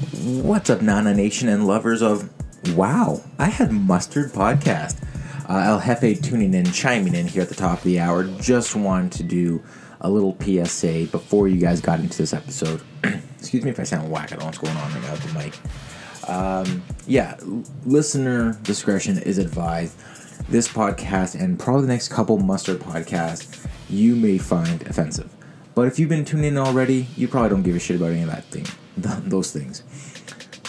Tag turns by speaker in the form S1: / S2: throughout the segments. S1: What's up, Nana Nation and lovers of Wow, I had Mustard Podcast. Uh, El Jefe tuning in, chiming in here at the top of the hour. Just wanted to do a little PSA before you guys got into this episode. Excuse me if I sound whack. I don't know what's going on right now with the mic. Um, yeah, l- listener discretion is advised. This podcast and probably the next couple mustard podcasts you may find offensive. But if you've been tuning in already, you probably don't give a shit about any of that thing, th- those things.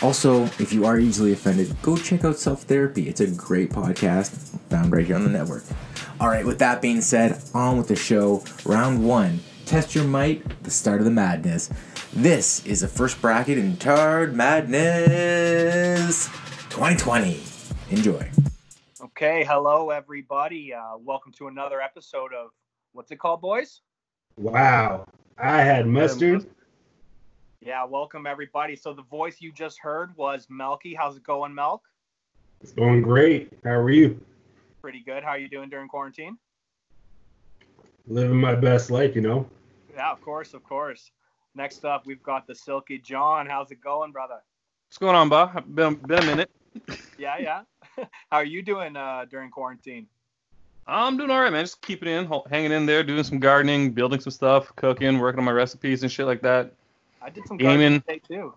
S1: Also, if you are easily offended, go check out Self Therapy. It's a great podcast found right here on the network. All right, with that being said, on with the show. Round one Test Your Might, the start of the madness. This is the first bracket in Tard Madness 2020. Enjoy.
S2: Okay, hello everybody. Uh, welcome to another episode of what's it called, boys?
S3: Wow. I had mustard.
S2: Yeah, welcome everybody. So the voice you just heard was Melky. How's it going, Melk?
S3: It's going great. How are you?
S2: Pretty good. How are you doing during quarantine?
S3: Living my best life, you know?
S2: Yeah, of course, of course. Next up, we've got the Silky John. How's it going, brother?
S4: What's going on, Bob? Been been a minute.
S2: Yeah, yeah. How are you doing uh, during quarantine?
S4: I'm doing all right, man. Just keeping in, ho- hanging in there, doing some gardening, building some stuff, cooking, working on my recipes and shit like that.
S2: I did some
S4: Gaming.
S2: gardening today too.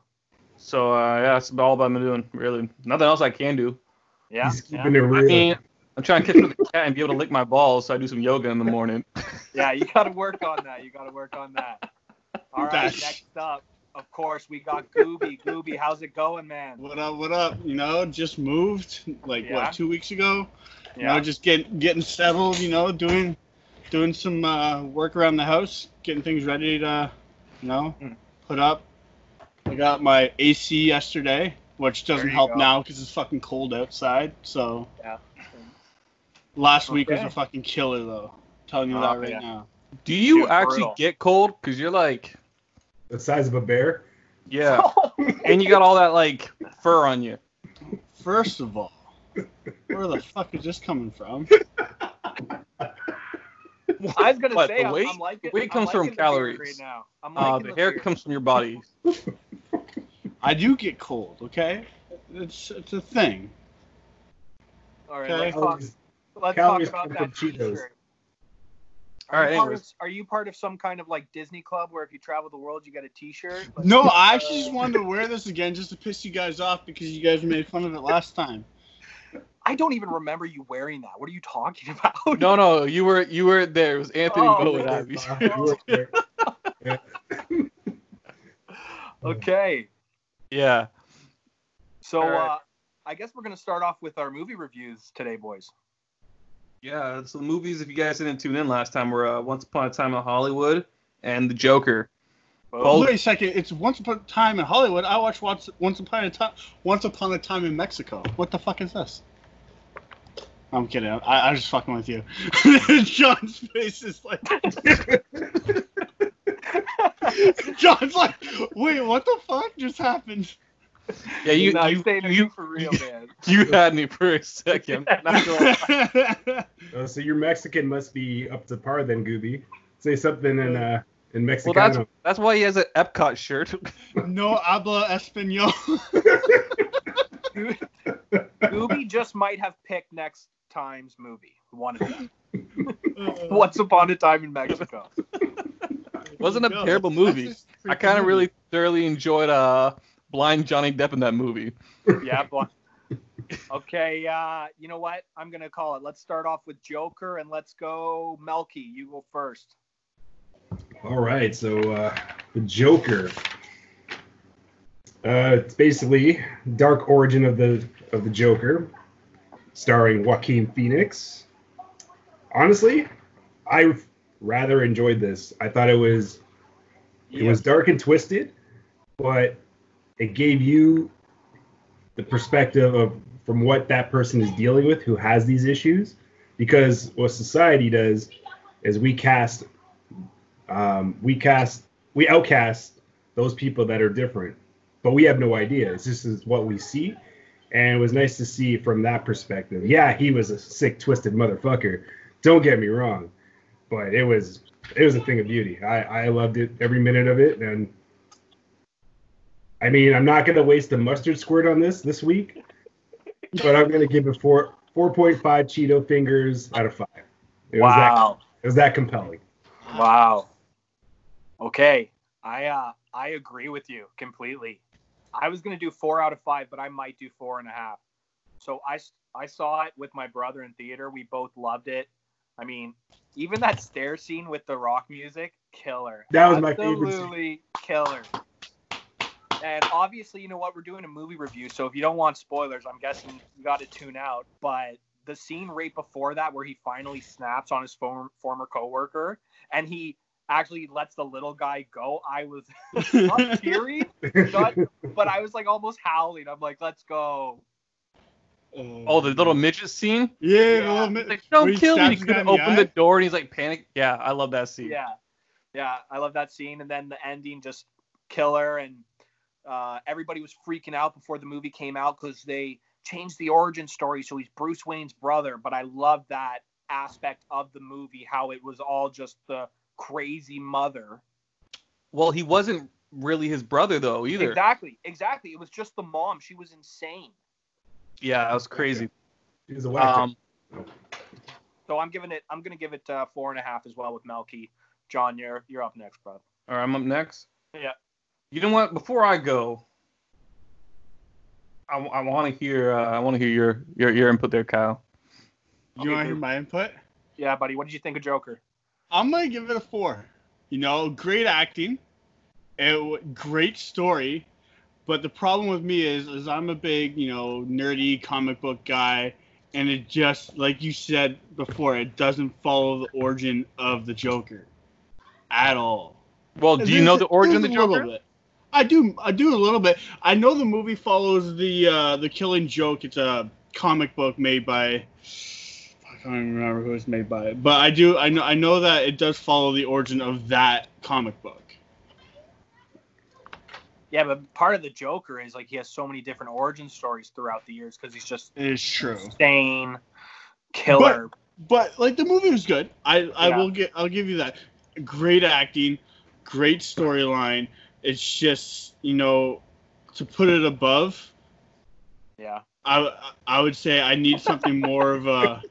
S4: So uh, yeah, that's about all I've been doing. Really, nothing else I can do.
S2: Yeah,
S3: He's
S2: yeah.
S3: keeping it
S4: I
S3: real.
S4: mean, I'm trying to catch up with the cat and be able to lick my balls, so I do some yoga in the morning.
S2: yeah. You got to work on that. You got to work on that. All right.
S5: Gosh.
S2: Next up, of course, we got Gooby. Gooby, how's it going, man?
S5: What up? What up? You know, just moved like
S2: Yeah.
S5: what two weeks ago. You know,
S2: Yeah,
S5: just getting getting settled. You know, doing doing some uh, work around the house, getting things ready to, you know,
S2: Mm.
S5: put up. I got my AC yesterday, which doesn't
S2: you
S5: help
S2: go.
S5: now because it's fucking cold outside. So
S2: Yeah.
S5: last week was
S2: Okay.
S5: a fucking killer though. telling you
S2: Oh,
S5: that right
S2: yeah.
S5: now.
S4: Do you
S2: Dude,
S4: actually
S2: brutal.
S4: get cold? Cause you're like,
S3: the size of a bear.
S4: yeah,
S2: Oh,
S4: and you got all that like fur on you.
S5: First of all, where the fuck is this coming from?
S2: I was gonna
S4: What,
S2: say
S4: the
S2: I'm,
S4: weight?
S2: I'm liking.
S4: The weight
S2: I'm
S4: comes from
S2: liking the beard
S4: calories.
S2: Right now. I'm
S4: Uh,
S2: liking
S4: the hair
S2: beard.
S4: comes from your body.
S5: I do get cold. Okay, it's it's a thing.
S2: All right,
S5: okay.
S2: let's talk.
S3: Calories-
S2: Let's talk
S3: calories
S2: about
S3: come
S2: that
S3: from Cheetos.
S2: T-shirt. Are
S4: All right,
S2: you part
S4: anyways.
S2: of- Are you part of some kind of like Disney club where if you travel the world you get a T-shirt? Like- uh,
S5: No, I actually just wanted to wear this again just to piss you guys off because you guys made fun of it last time.
S2: I don't even remember you wearing that. What are you talking about?
S4: No, no, you were you were there. It was Anthony
S2: Oh,
S4: Bowen,
S2: man.
S4: obviously.
S3: Uh, You were there.
S2: Okay,
S4: Yeah.
S2: so
S4: All right.
S2: uh, I guess we're gonna start off with our movie reviews today, boys.
S4: Yeah, so the movies, if you guys didn't tune in last time, were uh, Once Upon a Time in Hollywood and The Joker.
S5: Oh,
S4: Both-
S5: wait a second. It's Once Upon a Time in Hollywood. I watched Once, Once Upon a Time Once Upon a Time in Mexico. What the fuck is this? I'm kidding. I, I was just fucking with you. John's face is like. John's like, wait, what the fuck just happened?
S4: Yeah, you
S2: Nah,
S4: you,
S2: staying in
S4: you,
S2: for real, man.
S4: you had me for a second. Not gonna lie.
S3: Uh, so your Mexican must be up to par then, Gooby. Say something in uh in
S4: well, that's
S3: Mexicano.
S4: that's why he has an Epcot shirt.
S5: no habla español.
S2: Gooby just might have picked next time's movie. One of them. Once upon a time in Mexico.
S4: Wasn't a
S5: No,
S4: terrible
S5: that's
S4: movie.
S5: just
S4: I kind
S5: freaking
S4: of really thoroughly enjoyed uh blind Johnny Depp in that movie.
S2: yeah, boy. Okay, uh, you know what? I'm gonna call it. Let's start off with Joker and let's go Melky. You go first.
S3: All right, so uh, the Joker. Uh, it's basically Dark Origin of the of the Joker, starring Joaquin Phoenix. Honestly, I rather enjoyed this. I thought it was it was dark and twisted, but it gave you the perspective of from what that person is dealing with who has these issues. Because what society does is we cast um, we cast we outcast those people that are different but we have no idea it's just is what we see and it was nice to see from that perspective yeah he was a sick twisted motherfucker don't get me wrong but it was it was a thing of beauty i i loved it every minute of it and I mean, I'm not going to waste the mustard squirt on this this week, but I'm going to give it four 4.5 Cheeto fingers out of five. It was that
S2: Wow.
S3: it was that compelling.
S2: Wow. Okay. I uh I agree with you completely. I was gonna do four out of five, but I might do four and a half. So I s- I saw it with my brother in theater. We both loved it. I mean, even that stair scene with the rock music, killer.
S3: That was my favorite scene.
S2: Absolutely killer. And obviously, you know what? We're doing a movie review, so if you don't want spoilers, I'm guessing you got to tune out. But the scene right before that, where he finally snaps on his form, former coworker, and he actually lets the little guy go. I was not teary, not, but I was like almost howling. I'm like, let's go.
S4: Oh, the little midget scene.
S5: Yeah,
S2: Yeah.
S5: the little
S4: He's
S5: mi-
S4: like, don't
S5: Reach
S4: kill me.
S5: down
S4: He
S5: to
S4: could have
S5: grab the
S4: opened
S5: eye.
S4: the door and he's like panic. Yeah, I love that scene.
S2: Yeah, yeah, I love that scene. And then the ending, just killer, and uh, everybody was freaking out before the movie came out because they changed the origin story, so he's Bruce Wayne's brother. But I love that aspect of the movie, how it was all just the crazy mother.
S4: Well, he wasn't really his brother though either.
S2: Exactly, exactly. It was just the mom. She was insane.
S4: Yeah, that was crazy.
S3: It was a whack
S4: Um,
S2: So I'm giving it. I'm gonna give it uh, four and a half as well with Melky. John, you're you're up next, bro.
S4: all right, I'm up next.
S2: Yeah.
S4: You know what? Before I go, I, want to hear uh, I want to hear your, your your input there, Kyle.
S5: you want to hear my input?
S2: Yeah, buddy. What did you think of Joker?
S5: I'm gonna give it a four. You know, great acting, it, w- great story, but the problem with me is, is I'm a big, you know, nerdy comic book guy, and it just, like you said before, it doesn't follow the origin of the Joker, at all.
S4: Well, do you know the origin of the
S5: Just a little
S4: Joker?
S5: bit. I do. I do a little bit. I know the movie follows the uh, the Killing Joke. It's a comic book made by. I can't even remember who it's made by, but I do. I know. I know that it does follow the origin of that comic book.
S2: Yeah, but part of the Joker is like he has so many different origin stories throughout the years because he's just
S5: It is true.
S2: insane killer.
S5: But like the movie was good. I I
S2: Yeah.
S5: will get. I'll give you that. Great acting, great storyline. It's just you know, to put it above.
S2: yeah.
S5: I I would say I need something more of a.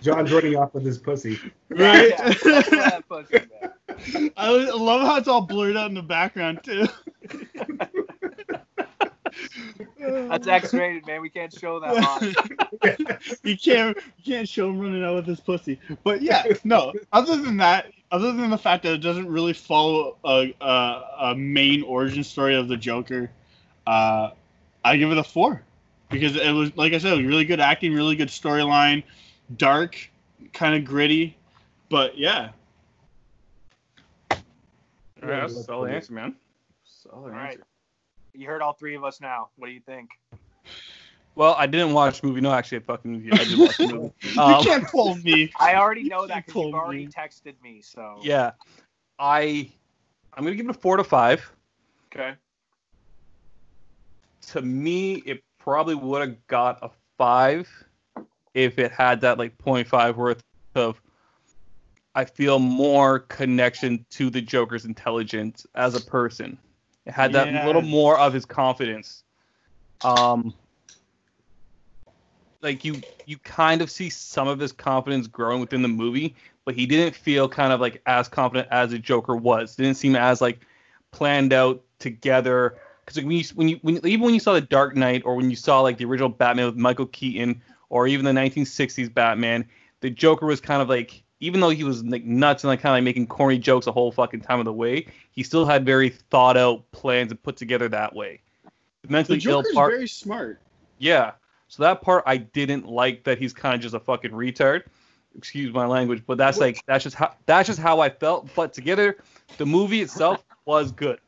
S3: John's running off with his pussy.
S5: Right?
S2: Yeah, that's what that pussy is.
S5: I lo- I love how it's all blurred out in the background too.
S2: That's X-rated, man. We can't show that. Line.
S5: you can't you can't show him running out with his pussy. But yeah, no. Other than that, other than the fact that it doesn't really follow a a, a main origin story of the Joker, uh, I give it a four because it was like I said, it was really good acting, really good storyline, dark, kind of gritty, but yeah.
S4: All right, that's a solid answer, man. Solid
S2: All
S4: answer.
S2: right. You heard all three of us now. What do you think?
S4: Well, I didn't watch the movie. No, actually, I fucking movie. I did watch the movie. Um,
S5: you can't pull me.
S2: I already know that because
S5: Told
S2: you've
S5: me.
S2: already texted me. So
S4: Yeah, I I'm gonna give it a four to five.
S2: Okay.
S4: To me, it probably would have got a five if it had that like 0.5 worth of. I feel more connection to the Joker's intelligence as a person. It had that
S5: Yeah.
S4: little more of his confidence. Um, like you, you kind of see some of his confidence growing within the movie, but he didn't feel kind of like as confident as the Joker was. Didn't seem as like planned out together. Because like when you when you when, even when you saw the Dark Knight or when you saw like the original Batman with Michael Keaton or even the 1960s Batman, the Joker was kind of like even though he was like nuts and like kind of like making corny jokes the whole fucking time of the way, he still had very thought out plans and put together that way. The
S5: The
S4: mentally ill
S5: Joker's
S4: part,
S5: very smart.
S4: yeah. So that part I didn't like that he's kind of just a fucking retard. Excuse my language, but that's like that's just how that's just how I felt. But together, the movie itself was good.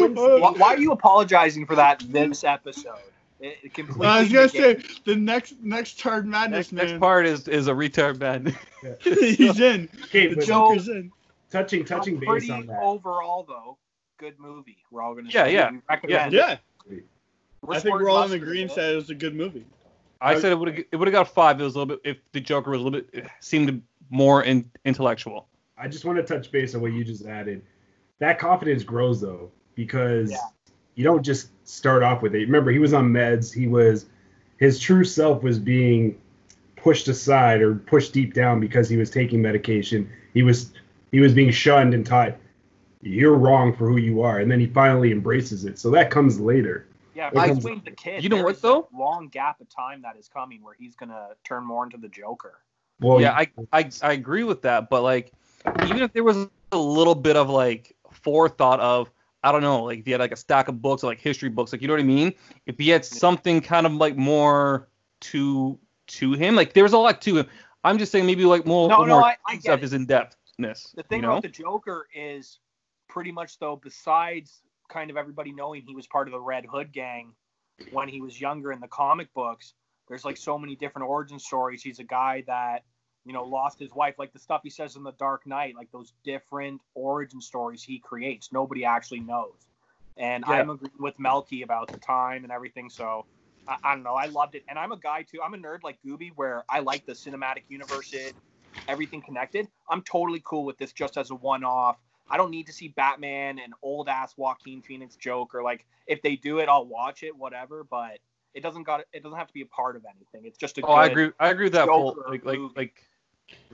S5: Oh.
S2: Why, why are you apologizing for that this episode? It, it completely.
S5: I was gonna
S2: negates-
S5: say the next next turn
S4: Next,
S5: madness
S4: next
S5: man.
S4: part is is a retard man.
S5: He's in.
S3: Okay,
S5: The
S3: but
S2: Joe-
S5: Joker's in.
S3: touching touching base
S2: pretty
S3: on that.
S2: overall though. Good movie. We're all gonna.
S4: Yeah,
S2: say.
S4: yeah.
S2: We recommend it.
S5: Yeah,
S2: We're
S5: I think
S2: squirting
S5: we're all in
S2: mustard
S5: agreement
S2: with it.
S5: that it was a good movie.
S4: I said it would it would have got a five. It was a little bit if the Joker was a little bit it seemed more in, intellectual.
S3: I just want to touch base on what you just added. That confidence grows though because
S2: Yeah.
S3: you don't just start off with it. Remember, he was on meds. He was his true self was being pushed aside or pushed deep down because he was taking medication. He was he was being shunned and taught you're wrong for who you are, and then he finally embraces it. So that comes later.
S2: Yeah,
S3: Here
S2: Bruce
S3: comes-
S2: Wayne's the kid.
S4: You know
S2: there
S4: what,
S2: is a
S4: though?
S2: Long gap of time that is coming where he's gonna turn more into the Joker.
S3: Well,
S4: yeah, I, I I agree with that, but like even if there was a little bit of like forethought of I don't know, like if he had like a stack of books, like history books, like you know what I mean? If he had something kind of like more to to him, like there was a lot to him. I'm just saying maybe like more
S2: No, no,
S4: more
S2: I- I get
S4: stuff
S2: it.
S4: is in depthness.
S2: The thing
S4: you know?
S2: about the Joker is pretty much though, besides kind of everybody knowing he was part of the Red Hood gang when he was younger in the comic books, there's like so many different origin stories. He's a guy that, you know, lost his wife, like the stuff he says in The Dark Knight, like those different origin stories he creates. Nobody actually knows. And
S4: Yeah.
S2: I'm agreeing with Melky about the time and everything, so I, I don't know. I loved it, and I'm a guy too. I'm a nerd like Gooby, where I like the cinematic universe, it everything connected. I'm totally cool with this just as a one-off. I don't need to see Batman and old ass Joaquin Phoenix Joker. Like if they do it, I'll watch it, whatever. But it doesn't got it doesn't have to be a part of anything. It's just a
S4: Oh, I
S2: good-
S4: agree. I agree with that. Full,
S2: Joker
S4: like, like,
S2: movie.
S4: like,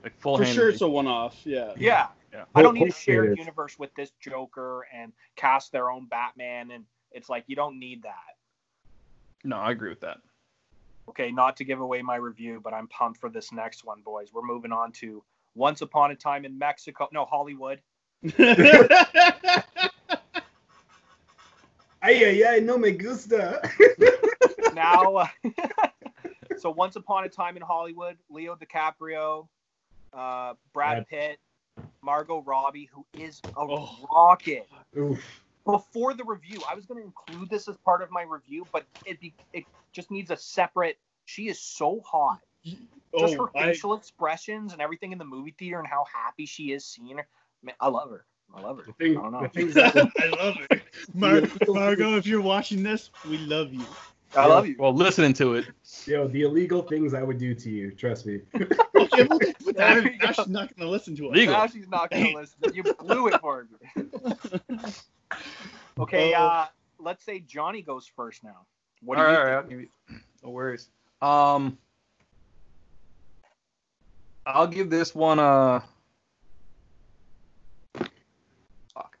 S4: like full
S5: For sure,
S4: handedly.
S5: it's a one-off. Yeah.
S2: Yeah.
S4: Yeah.
S2: I don't need to
S3: Hopefully
S2: share
S3: it is.
S2: universe with this Joker and cast their own Batman. And it's like you don't need that.
S4: no, I agree with that.
S2: Okay, not to give away my review, but I'm pumped for this next one, boys. We're moving on to Once Upon a Time in Mexico. No, Hollywood.
S3: yeah, yeah, no me gusta.
S2: now, uh, so once upon a time in Hollywood, Leo DiCaprio, uh, Brad
S3: Brad.
S2: Pitt, Margot Robbie, who is a
S5: Oh.
S2: rocket.
S3: Oof.
S2: Before the review, I was going to include this as part of my review, but it be, it just needs a separate. She is so hot. Just
S5: oh,
S2: her
S5: I,
S2: facial expressions and everything in the movie theater and how happy she is seeing her. Man, I love her. I love her.
S3: The thing,
S2: I don't know.
S3: the things that
S5: I love it. Mar- Margo, if you're watching this, we love you.
S2: I love you.
S4: Well, listening to it.
S3: you know, the illegal things I would do to you. Trust me.
S5: Okay, we'll just put that
S2: There
S5: in.
S2: you
S5: Now
S2: go.
S5: she's not going to listen to us.
S4: Legal.
S2: Now she's not going to listen. You blew it for me. Okay,
S5: Oh.
S2: uh, let's say Johnny goes first now. What do
S4: all
S2: you
S4: right, all
S2: think?
S4: right, I'll give you. No worries. Um, I'll give this one a. Fuck.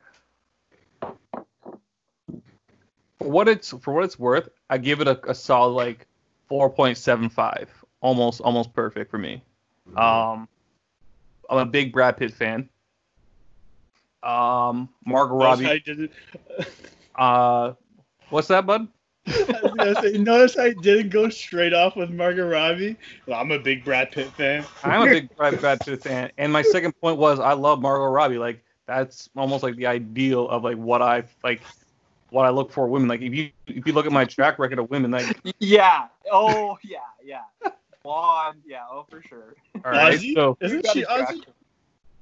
S4: For what it's for what it's worth, I give it a, a solid like four point seven five, almost almost perfect for me.
S2: Mm-hmm.
S4: Um, I'm a big Brad Pitt fan. Um, Margot
S5: Notice I
S4: Robbie.
S5: didn't.
S4: Uh, what's that, bud?
S5: I was gonna say, notice I didn't go straight off with Margot Robbie. Well, I'm a big Brad Pitt fan.
S4: I'm a big Brad, Brad Pitt fan, and my second point was I love Margot Robbie. Like that's almost like the ideal of like what I like, what I look for women. Like if you if you look at my track record of women, like
S2: Yeah. Oh, yeah, yeah. Blonde. Yeah. Oh, for sure.
S4: all right,
S5: Ozzy?
S4: so
S5: Isn't
S2: Got
S5: she
S2: a track
S5: Aussie?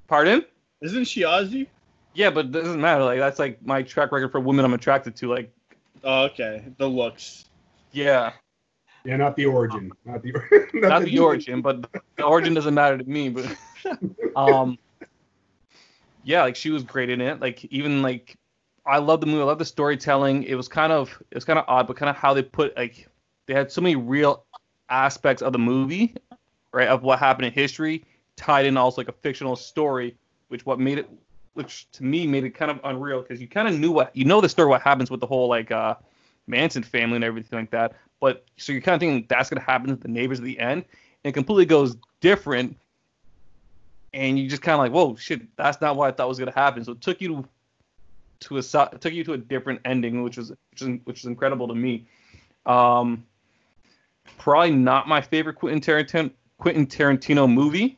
S4: pardon?
S5: Isn't she Aussie?
S4: Yeah, but it doesn't matter. Like that's like my track record for women I'm attracted to. Like
S5: Oh, okay, the looks.
S4: yeah,
S3: Yeah, not the origin. Not the, or- not
S4: not the origin, but the origin doesn't matter to me. But um, yeah, like she was great in it. Like even like I love the movie. I love the storytelling. It was kind of it was kind of odd, but kind of how they put like they had so many real aspects of the movie, right? Of what happened in history, tied in also like a fictional story, which what made it, which to me made it kind of unreal because you kind of knew what you know the story what happens with the whole like uh Manson family and everything like that. But so you're kind of thinking that's gonna happen to the neighbors at the end, and it completely goes different. And you just kind of like, whoa, shit, that's not what I thought was gonna happen. So it took you to to a so- took you to a different ending, which was which is, which is incredible to me. Um, probably not my favorite Quentin Tarantino, Quentin Tarantino movie,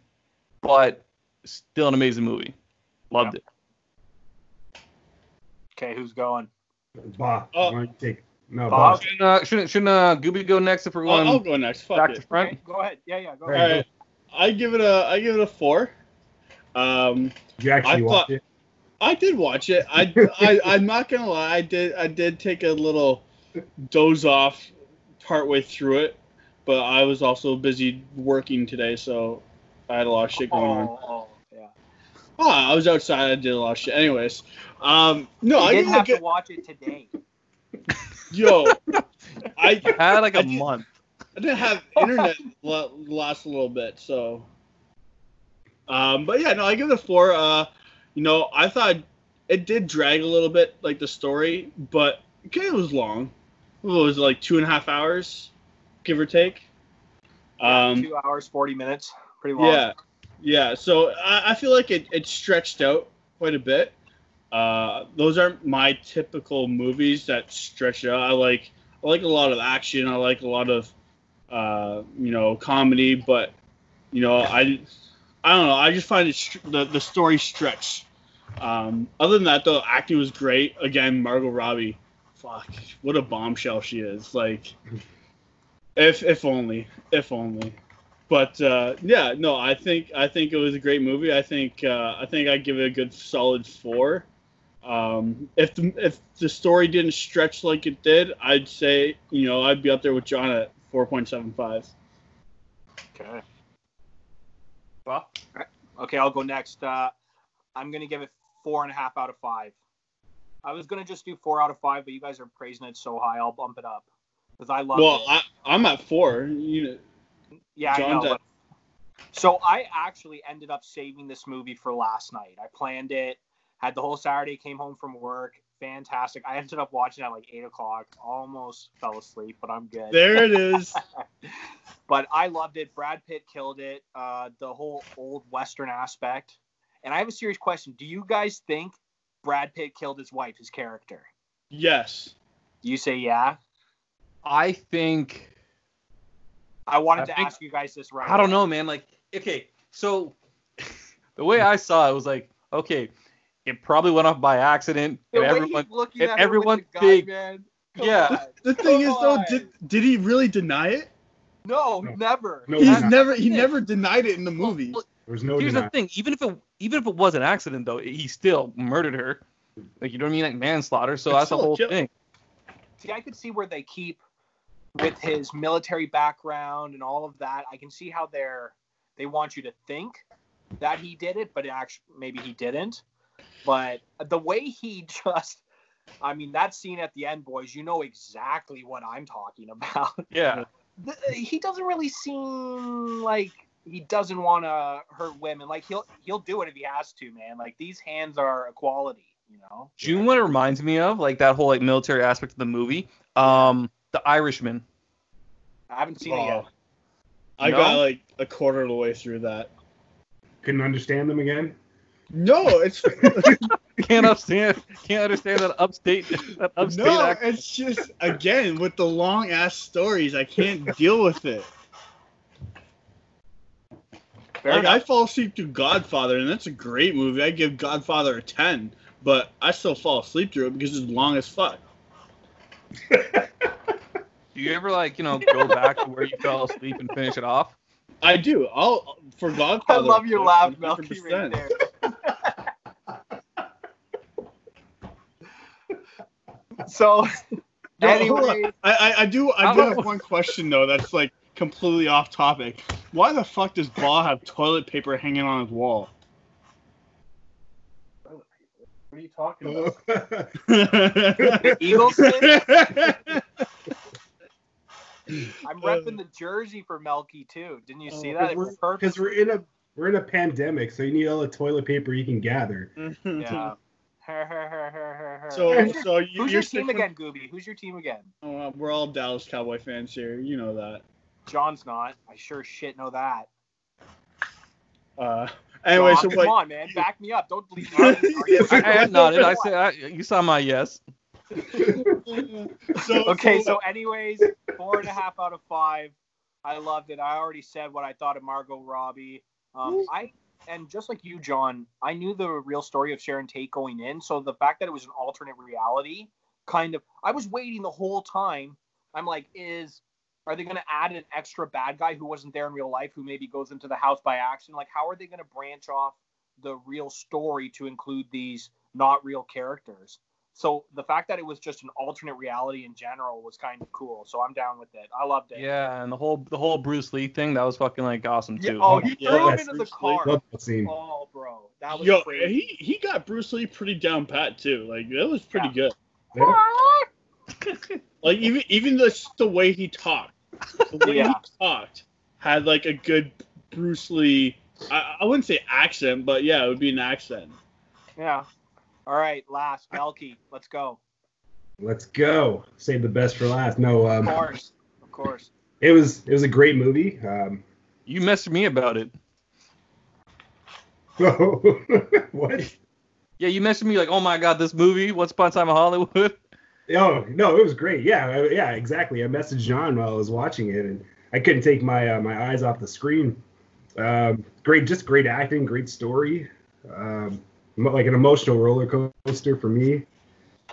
S4: but still an amazing movie. Loved it.
S2: Okay, who's going?
S3: Bah, why
S5: Oh.
S3: don't you take no
S2: Bah.
S3: bah.
S4: Shouldn't uh, shouldn't, shouldn't uh, Gooby go next if we're
S5: Oh, I'll
S4: going
S5: go next. Fuck
S4: back to
S5: it.
S4: front?
S2: Okay, go ahead. Yeah, yeah. Go
S3: All
S5: All
S2: ahead.
S5: right, I give it a I give it a four. Um,
S3: You actually
S5: I
S3: watched
S5: thought-
S3: it.
S5: I did watch it. I, I I'm not gonna lie. I did I did take a little doze off partway through it, but I was also busy working today, so I had a lot of shit going on.
S2: Oh, oh, yeah.
S5: Oh, I was outside. I did a lot of shit. Anyways, um, no,
S2: you
S5: I
S2: didn't
S5: give it a
S2: have to
S5: good.
S2: watch it today.
S5: Yo, I
S4: Had like a
S5: oh, I did-
S4: month.
S5: I didn't have internet la- last little bit, so. Um, but yeah, no, I give it a four. Uh, you know, I thought it did drag a little bit, like the story, but okay, it was long. What was it, like two and a half hours, give or take? Um,
S2: Two hours, forty minutes, pretty long.
S5: yeah, yeah. So I, I feel like it, it stretched out quite a bit. Uh, those aren't my typical movies that stretch it out. I like I like a lot of action. I like a lot of uh, you know comedy, but you know I I don't know. I just find it str- the the story stretched. Um, other than that, though, acting was great. Again, Margot Robbie, fuck, what a bombshell she is. Like, if if only, if only but uh, yeah, no, I think I think it was a great movie. I think uh, I think I give it a good solid four. Um, if the, if the story didn't stretch like it did, I'd say you know I'd be up there with John at four point seven five.
S2: Okay. Well, okay, I'll go next. Uh, I'm gonna give it four and a half out of five. I was gonna just do four out of five, but you guys are praising it so high, I'll bump it up because I love
S5: Well,
S2: it.
S5: I, I'm at four. You
S2: yeah, I know.
S5: John's at-
S2: but- So I actually ended up saving this movie for last night. I planned it, had the whole Saturday, came home from work. Fantastic. I ended up watching it at like eight o'clock. Almost fell asleep, but I'm good.
S5: there it is.
S2: but I loved it. Brad Pitt killed it. Uh, the whole old western aspect. And I have a serious question: Do you guys think Brad Pitt killed his wife, his character?
S5: yes.
S2: You say yeah.
S4: I think
S2: I wanted
S4: I
S2: to
S4: think-
S2: ask you guys this right.
S4: I don't know, man. Like, okay, so the way I saw it was like, okay, it probably went off by accident,
S2: The
S4: and
S2: way he's
S4: everyone,
S2: looking
S4: and
S2: at her with
S4: everyone
S2: the gun,
S4: big-
S2: man.
S4: Yeah.
S2: on.
S5: The thing is though,
S2: on.
S5: did did he really deny it?
S2: No,
S3: No.
S2: never.
S3: No,
S5: He's
S3: Yeah.
S5: never he never denied it in the movie.
S4: Well,
S3: There's no
S4: here's
S3: denying.
S4: the thing: even if it even if it was an accident, though, he still murdered her. Like, you know what I mean? Like manslaughter. So
S5: It's
S4: that's the
S5: still a
S4: whole
S5: kill.
S4: thing.
S2: See, I could see where they keep with his military background and all of that. I can see how they're they want you to think that he did it, but actually maybe he didn't. But the way he just I mean that scene at the end, boys, you know exactly what I'm talking about.
S4: Yeah.
S2: The- He doesn't really seem like he doesn't want to hurt women. Like he'll he'll do it if he has to, man. Like these hands are equality, you know.
S4: Do you know what it reminds me of? Like that whole like military aspect of the movie. Um, The Irishman.
S2: I haven't seen it yet.
S5: Oh. I
S4: No?
S5: got like a quarter of the way through that.
S3: Couldn't understand them again.
S5: No, it's
S4: Can't understand. Can't understand that upstate. That upstate
S5: no,
S4: accent.
S5: it's just again with the long ass stories, I can't deal with it.
S2: Fair
S5: like
S2: enough.
S5: I fall asleep to Godfather, and that's a great movie. I give Godfather a ten, but I still fall asleep through it because it's long as fuck.
S4: Do you ever like you know go back to where you fell asleep and finish it off?
S5: I do. I'll for
S2: I
S5: Godfather.
S2: love your laugh, Melky, right
S5: 100%.
S2: there. so,
S5: No, hold on.
S2: anyway,
S5: I, I I do
S4: I
S5: I do
S4: don't-
S5: have one question though that's like completely off topic. Why the fuck does Ball have toilet paper hanging on his wall?
S2: what are you talking
S5: I
S2: Eagles. fan? I'm
S5: Uh,
S2: repping the jersey for Melky too. Didn't you see that? It was
S3: Because
S2: perfect.
S3: we're in a we're in a pandemic, so you need all the toilet paper you can gather.
S2: Yeah. Her, her, her, her, her, her.
S5: Mm-hmm. So so you,
S2: who's
S5: you're
S2: your team
S5: sticking-
S2: again, Gooby? Who's your team again?
S5: Oh, we're all Dallas Cowboy fans here. You know that.
S2: John's not. I sure as shit know that.
S5: Uh, anyway,
S2: John,
S5: so
S2: come
S5: what?
S2: on, man, back me up. Don't leave me. out of this argument.
S4: I, I had nodded. I said I, you saw my yes.
S5: So,
S2: okay, so anyways, four and a half out of five. I loved it. I already said what I thought of Margot Robbie. Um, I and just like you, John, I knew the real story of Sharon Tate going in. So the fact that it was an alternate reality, kind of, I was waiting the whole time. I'm like, is are they going to add an extra bad guy who wasn't there in real life, who maybe goes into the house by accident? Like, how are they going to branch off the real story to include these not real characters? So the fact that it was just an alternate reality in general was kind of cool. So I'm down with it. I loved it.
S4: Yeah, and the whole the whole Bruce Lee thing that was fucking like awesome
S2: Yeah,
S4: too.
S2: oh, he
S5: Yeah,
S2: threw him
S3: that's
S2: into the
S5: Bruce
S2: car.
S3: Love that scene.
S2: Oh, bro, that was
S5: yo,
S2: crazy.
S5: he he got Bruce Lee pretty down pat too. Like that was pretty good.
S3: Yeah.
S5: Like even even the the way he talked, the way
S2: Yeah.
S5: he talked had like a good Bruce Lee. I, I wouldn't say accent, but yeah, it would be an accent.
S2: Yeah. All right, last Melky, let's go.
S3: Let's go. Save the best for last. No,
S2: Of
S3: um,
S2: course, of course.
S3: it was it was a great movie. Um,
S4: You messaged me about it.
S3: what?
S4: Yeah, you messaged me like, oh my god, this movie, Once Upon a Time in Hollywood.
S3: Oh no, it was great. Yeah, I- yeah, exactly. I messaged John while I was watching it, and I couldn't take my uh, my eyes off the screen. Um, great, just great acting, great story, um, mo- like an emotional roller coaster for me.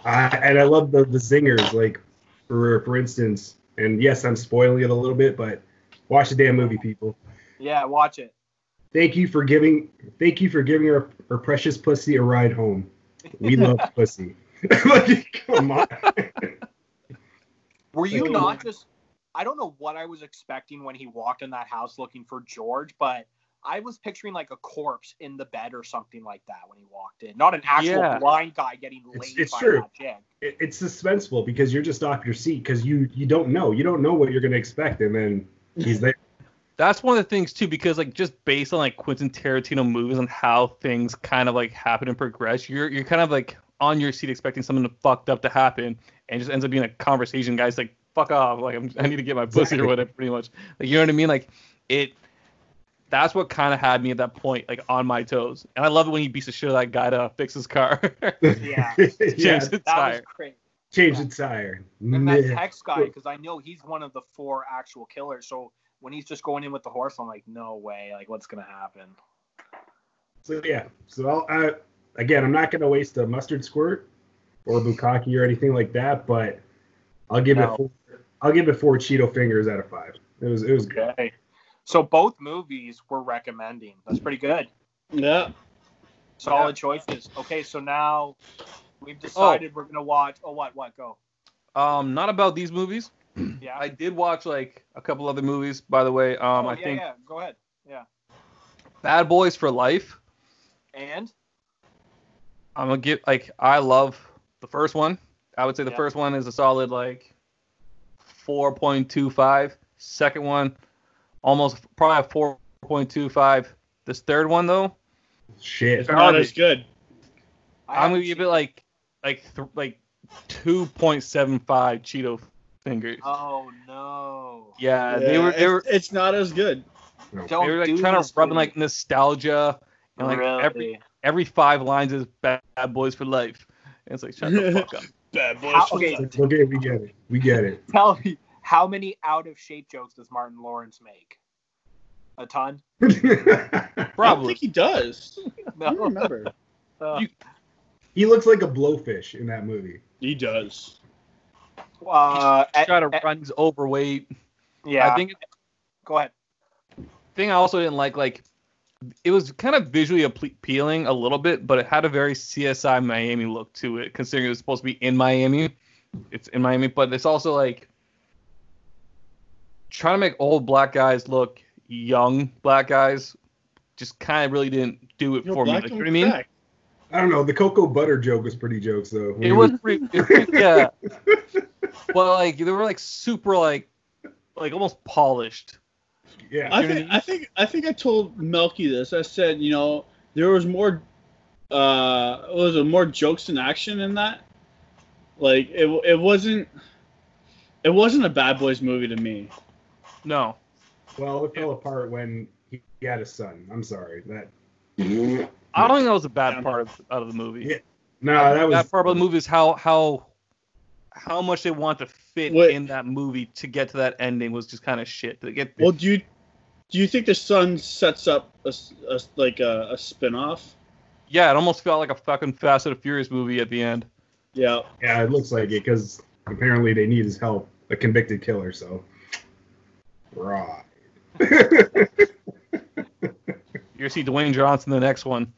S3: I, and I love the the zingers, like for for instance. And yes, I'm spoiling it a little bit, but watch the damn movie, people.
S2: Yeah, watch it.
S3: Thank you for giving. Thank you for giving our, our precious pussy a ride home. We love pussy. like, come on.
S2: Were you
S3: Like,
S2: not just? I don't know what I was expecting when he walked in that house looking for George, but I was picturing like a corpse in the bed or something like that when he walked in, not an actual
S4: Yeah.
S2: blind guy getting laid
S3: It's- it's
S2: by
S3: true.
S2: that chick.
S3: it, it's suspenseful because you're just off your seat because you you don't know you don't know what you're going to expect and then he's there
S4: That's one of the things too, because like just based on like Quentin Tarantino movies and how things kind of like happen and progress, you're you're kind of like on your seat expecting something fucked up to happen, and it just ends up being a conversation. Guys, like fuck off, like I'm, I need to get my pussy or
S3: Exactly.
S4: whatever, pretty much. Like you know what I mean? Like it. That's what kind of had me at that point, like on my toes. And I love it when he beats the shit out of that guy to fix his car.
S2: Yeah,
S3: yeah,
S4: Change the
S2: that was
S4: tire.
S2: crazy.
S3: change the tire
S2: And that
S3: Nah.
S2: text guy, because I know he's one of the four actual killers. So when he's just going in with the horse, I'm like, no way. Like, what's gonna happen?
S3: so yeah so i'll I, again i'm not going to waste a mustard squirt or bukkake or anything like that but i'll give
S2: No.
S3: it four, i'll give it four cheeto fingers out of five it was it was good
S2: Okay. So both movies we're recommending. That's pretty good.
S5: Yeah.
S2: Solid choices. Okay, so now we've decided we're gonna watch. Oh, what? What? Go.
S4: um, not about these movies.
S2: Yeah.
S4: I did watch like a couple other movies, by the way. Um,
S2: Oh,
S4: I
S2: yeah,
S4: think
S2: yeah. Go ahead.
S4: Bad Boys for Life.
S2: And
S4: I'm gonna give like I love the first one. I would say the
S2: Yeah.
S4: first one is a solid like 4.25. Second one, almost probably a 4.25. This third one though,
S3: shit
S4: it's
S5: Not
S4: garbage.
S5: as good.
S2: I
S4: I'm
S2: haven't
S4: gonna give
S2: seen-
S4: it like like th- like 2.75 Cheeto fingers.
S2: Oh no.
S4: yeah, they were they
S5: it's,
S4: were
S5: it's not as good.
S2: Don't
S4: they were like
S2: do
S4: trying
S2: this
S4: to rub in
S2: me.
S4: like nostalgia and like
S2: Really?
S4: every every five lines is bad boys for life. And it's like shut the fuck up.
S5: Bad boys.
S2: How-
S5: for
S2: okay.
S5: Life.
S3: okay we get it we get it
S2: Tell me how many out of shape jokes does Martin Lawrence make? A ton.
S5: I don't
S4: Probably.
S5: think he does. I don't
S2: No.
S5: remember.
S2: Uh,
S3: he looks like a blowfish in that movie
S5: he does.
S2: uh, eh,
S4: try to
S2: eh,
S4: run he's overweight.
S2: yeah.
S4: I think
S2: Go ahead.
S4: thing I also didn't like like it was kind of visually appe- appealing a little bit, but it had a very CSI Miami look to it, considering it was supposed to be in Miami. It's in Miami, but it's also like trying to make old black guys look young black guys. Just kind of really didn't do it
S5: Yo,
S4: for me.
S5: black
S4: Like, you know
S5: don't
S4: what I mean?
S5: crack.
S3: i don't know the cocoa butter joke was pretty jokes though
S4: It was pretty, it was pretty- yeah. but like they were like super like like almost polished.
S3: yeah
S5: I think, I think I think I told Melky this. I said, you know, there was more uh what was it more jokes in action in that. Like it it wasn't it wasn't a bad boys movie to me.
S4: No.
S3: Well, it fell apart when he he had a son. I'm sorry. That
S4: I don't think that was a bad
S5: Yeah.
S4: part of, out of the movie.
S3: Yeah, no, that was
S4: that part of the movie is how how how much they want to fit
S5: What-
S4: in that movie to get to that ending was just kind of shit. To get
S5: Well, do you do you think the son sets up a, s- a s- like a, a spin-off?
S4: yeah, it almost felt like a fucking Fast and Furious movie at the end.
S5: Yeah.
S3: yeah. It looks like it because apparently they need his help. A convicted killer, so raw.
S4: You're gonna see Dwayne Johnson in the next one.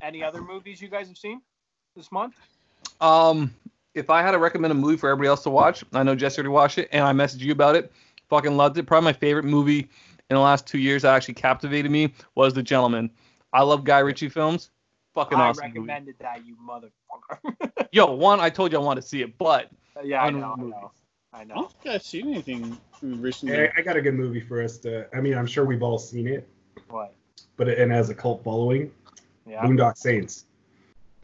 S2: Any other movies you guys have seen this month?
S4: Um, if I had to recommend a movie for everybody else to watch, I know Jesse already watched it, and I messaged you about it. Fucking loved it. Probably my favorite movie in the last two years that actually captivated me was The Gentleman. I love Guy Ritchie films. fucking
S2: I
S4: awesome movie.
S2: recommended that you motherfucker.
S4: Yo, one, I told you I want to see it, but
S2: yeah, I
S4: On
S2: know, I
S4: movie.
S2: know, I
S5: I
S2: know.
S5: don't think I've seen anything recently.
S2: Eh,
S3: Hey, I got a good movie for us to. I mean, I'm sure we've all seen it,
S2: What?
S3: but it, and as a cult following,
S2: Yeah.
S3: Boondock Saints.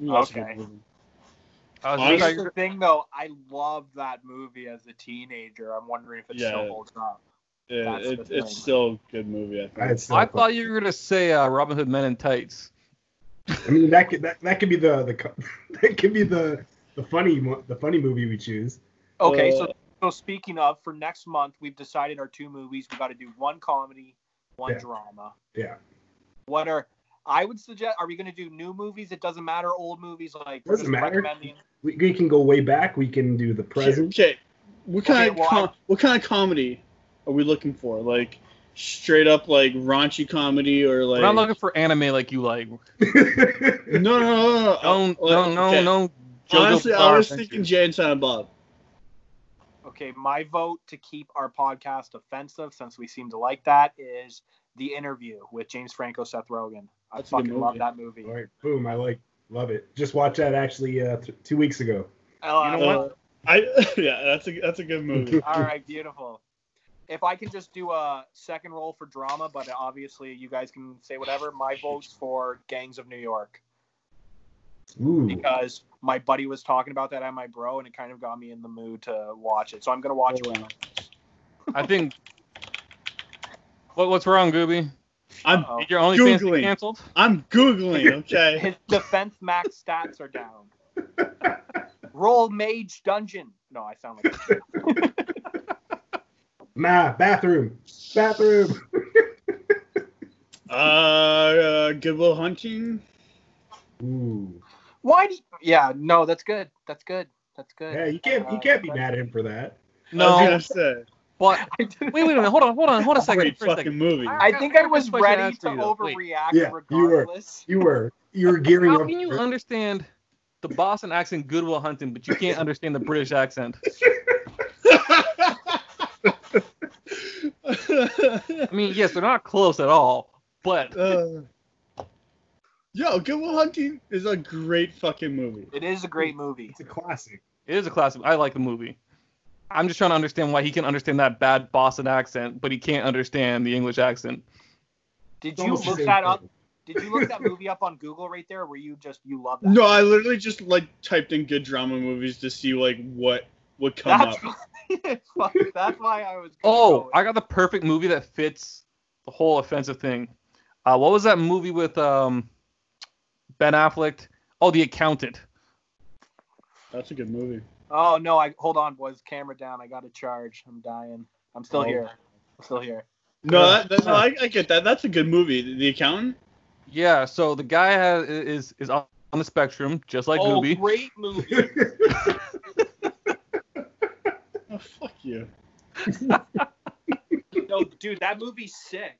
S5: Ooh, that's a good
S2: okay.
S5: movie.
S4: I was
S5: Honestly-
S2: Here's
S4: thinking-
S2: the thing, though. I loved that movie as a teenager. I'm wondering if it
S5: Yeah.
S2: still holds up.
S5: Yeah,
S2: That's
S5: it,
S2: the thing.
S5: it's still a good movie. I think.
S3: It's still
S4: I
S3: a cult-
S4: thought you were gonna say uh, Robin Hood Men in Tights.
S3: I mean, that could that, that could be the the co- that could be the the funny mo- the funny movie we choose.
S2: Okay, so
S5: Uh,
S2: so speaking of, for next month, we've decided our two movies. We got to do one comedy, one
S3: Yeah.
S2: drama.
S3: Yeah,
S2: What are I would suggest? Are we going to do new movies? It doesn't matter. Old movies, like we're
S3: Doesn't
S2: just
S3: matter.
S2: recommending.
S3: we, we can go way back. We can do the present.
S5: Okay, what kind
S2: Okay,
S5: of
S2: well,
S5: com- what kind of comedy are we looking for? Like straight up like raunchy comedy or like?
S4: We're not looking for anime like you like.
S5: No, no, no,
S4: No, no,
S5: no, no. Oh, Like,
S4: no,
S5: okay.
S4: no. Jojo
S5: Honestly, I
S4: Bizarre
S5: was
S4: Adventure.
S5: thinking Jay and Silent Bob.
S2: Okay, my vote to keep our podcast offensive, since we seem to like that, is the interview with James Franco, Seth Rogen. I
S5: That's a good
S2: fucking love
S5: movie.
S2: that movie.
S3: All right, boom! I like love it. Just watch that actually uh, th- two weeks ago.
S2: Oh,
S4: You know
S2: I
S4: what?
S2: love
S5: Uh, I yeah, that's a that's a good movie.
S2: All right, beautiful. If I can just do a second roll for drama, but obviously you guys can say whatever. My vote's for Gangs of New York
S3: Ooh,
S2: because my buddy was talking about that at my bro, and it kind of got me in the mood to watch it. So I'm gonna watch
S3: Oh,
S2: it.
S4: I think. What, what's wrong, Gooby?
S5: I'm
S2: Uh-oh.
S4: Did your OnlyFans
S5: Oh. Googling.
S4: get canceled?
S5: I'm googling. Okay.
S2: His defense max stats are down. roll Mage Dungeon. No, I sound like
S3: nah, bathroom, bathroom.
S5: Uh, uh Goodwill Hunting.
S3: Ooh,
S2: why? Do you- Yeah, no, that's good. That's good. That's good. Uh,
S3: yeah, you can't you can't be mad at him for that.
S5: I
S4: No,
S5: was gonna say,
S4: but
S2: I didn't-
S4: wait, wait a minute. Hold on, hold on, hold on a second.
S5: great
S4: For a
S5: fucking
S4: second.
S5: movie.
S2: I think I was
S4: I've got a question
S2: ready to
S4: to ask you, though. Wait.
S2: overreact
S3: Yeah, you were.
S2: regardless.
S3: You were you were gearing
S4: How
S3: up.
S4: can you
S3: for-
S4: understand the Boston accent, Goodwill Hunting, but you can't understand the British accent? I mean, yes, they're not close at all, but
S5: Uh, yo, Goodwill Hunting is a great fucking movie.
S2: It is a great movie.
S3: it's a classic.
S4: it is a classic. I like the movie. I'm just trying to understand why he can understand that bad Boston accent, but he can't understand the English accent.
S2: Did
S3: It's
S2: you
S3: almost the
S2: look
S3: same
S2: that up?
S3: thing.
S2: Did you look that movie up on Google right there? Were you just you love that?
S5: No, I literally just like typed in good drama movies to see like what would come
S2: that's
S5: up.
S2: why, fuck, that's why I was.
S4: Oh, I
S2: going.
S4: got the perfect movie that fits the whole offensive thing. Uh, what was that movie with um, Ben Affleck? Oh, The Accountant.
S5: That's a good movie.
S2: oh no! I hold on, boys. Camera down. I got a charge. I'm dying. I'm still
S5: Oh.
S2: here. I'm still here.
S5: No, that, that, no, I, I get that. That's a good movie. The, The Accountant.
S4: Yeah, so the guy has, is is on the spectrum, just like
S2: oh,
S4: Gooby.
S2: great movie.
S5: Oh, fuck you.
S2: no, dude, that movie's sick.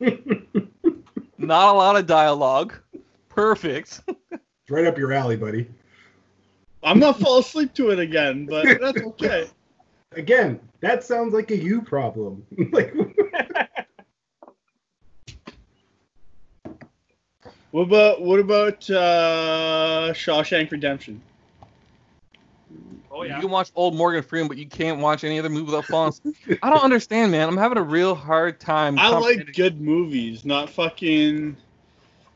S4: Not a lot of dialogue. Perfect.
S3: It's right up your alley, buddy.
S5: I'm not fall asleep to it again, but that's okay.
S3: Again, that sounds like a you problem. like
S5: What about what about uh, Shawshank Redemption?
S2: Oh
S4: You can watch old Morgan Freeman, but you can't watch any other movie without falling asleep. I don't understand, man. I'm having a real hard time.
S5: I like
S4: comprehending-
S5: good movies, not fucking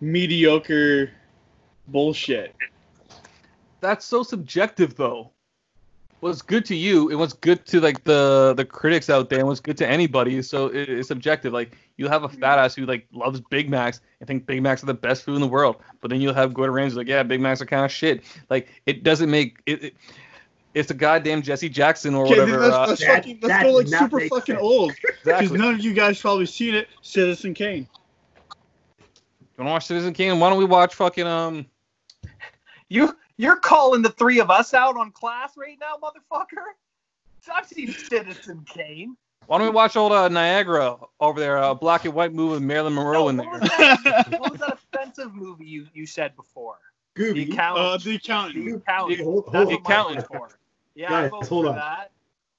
S5: mediocre bullshit.
S4: that's so subjective though. What's good to you and what's good to like the the critics out there and what's good to anybody is so it, it's subjective. Like you'll have a
S2: Mm-hmm.
S4: fat ass who like loves Big Macs and think Big Macs are the best food in the world, but then you'll have Gordon Ramsay like, yeah, Big Macs are kind of shit. Like it doesn't make it. it it's a goddamn Jesse Jackson or
S5: Okay, then
S4: whatever.
S5: let's,
S4: uh,
S5: let's
S3: That-
S5: fucking, let's
S3: that
S5: go like
S3: did not
S5: super
S3: make
S5: fucking
S3: sense.
S5: old. Because
S4: exactly.
S5: none of you guys probably seen it. Citizen Kane.
S4: You wanna watch Citizen Kane? Why don't we watch fucking um?
S2: You you're calling the three of us out on class right now, motherfucker. I've seen Citizen Kane.
S4: Why don't we watch old uh, Niagara over there? A black and white movie with Marilyn Monroe in
S2: No, what
S4: there.
S2: was that- what was that offensive movie you, you said before? The
S3: Gooby.
S5: Uh,
S2: accountant.
S5: the accountant.
S2: the accountant.
S3: Hold- hold
S2: That's
S3: on.
S2: what my vote's for. Yeah, I
S3: Guys,
S2: vote
S3: hold
S2: for
S3: on.
S2: that.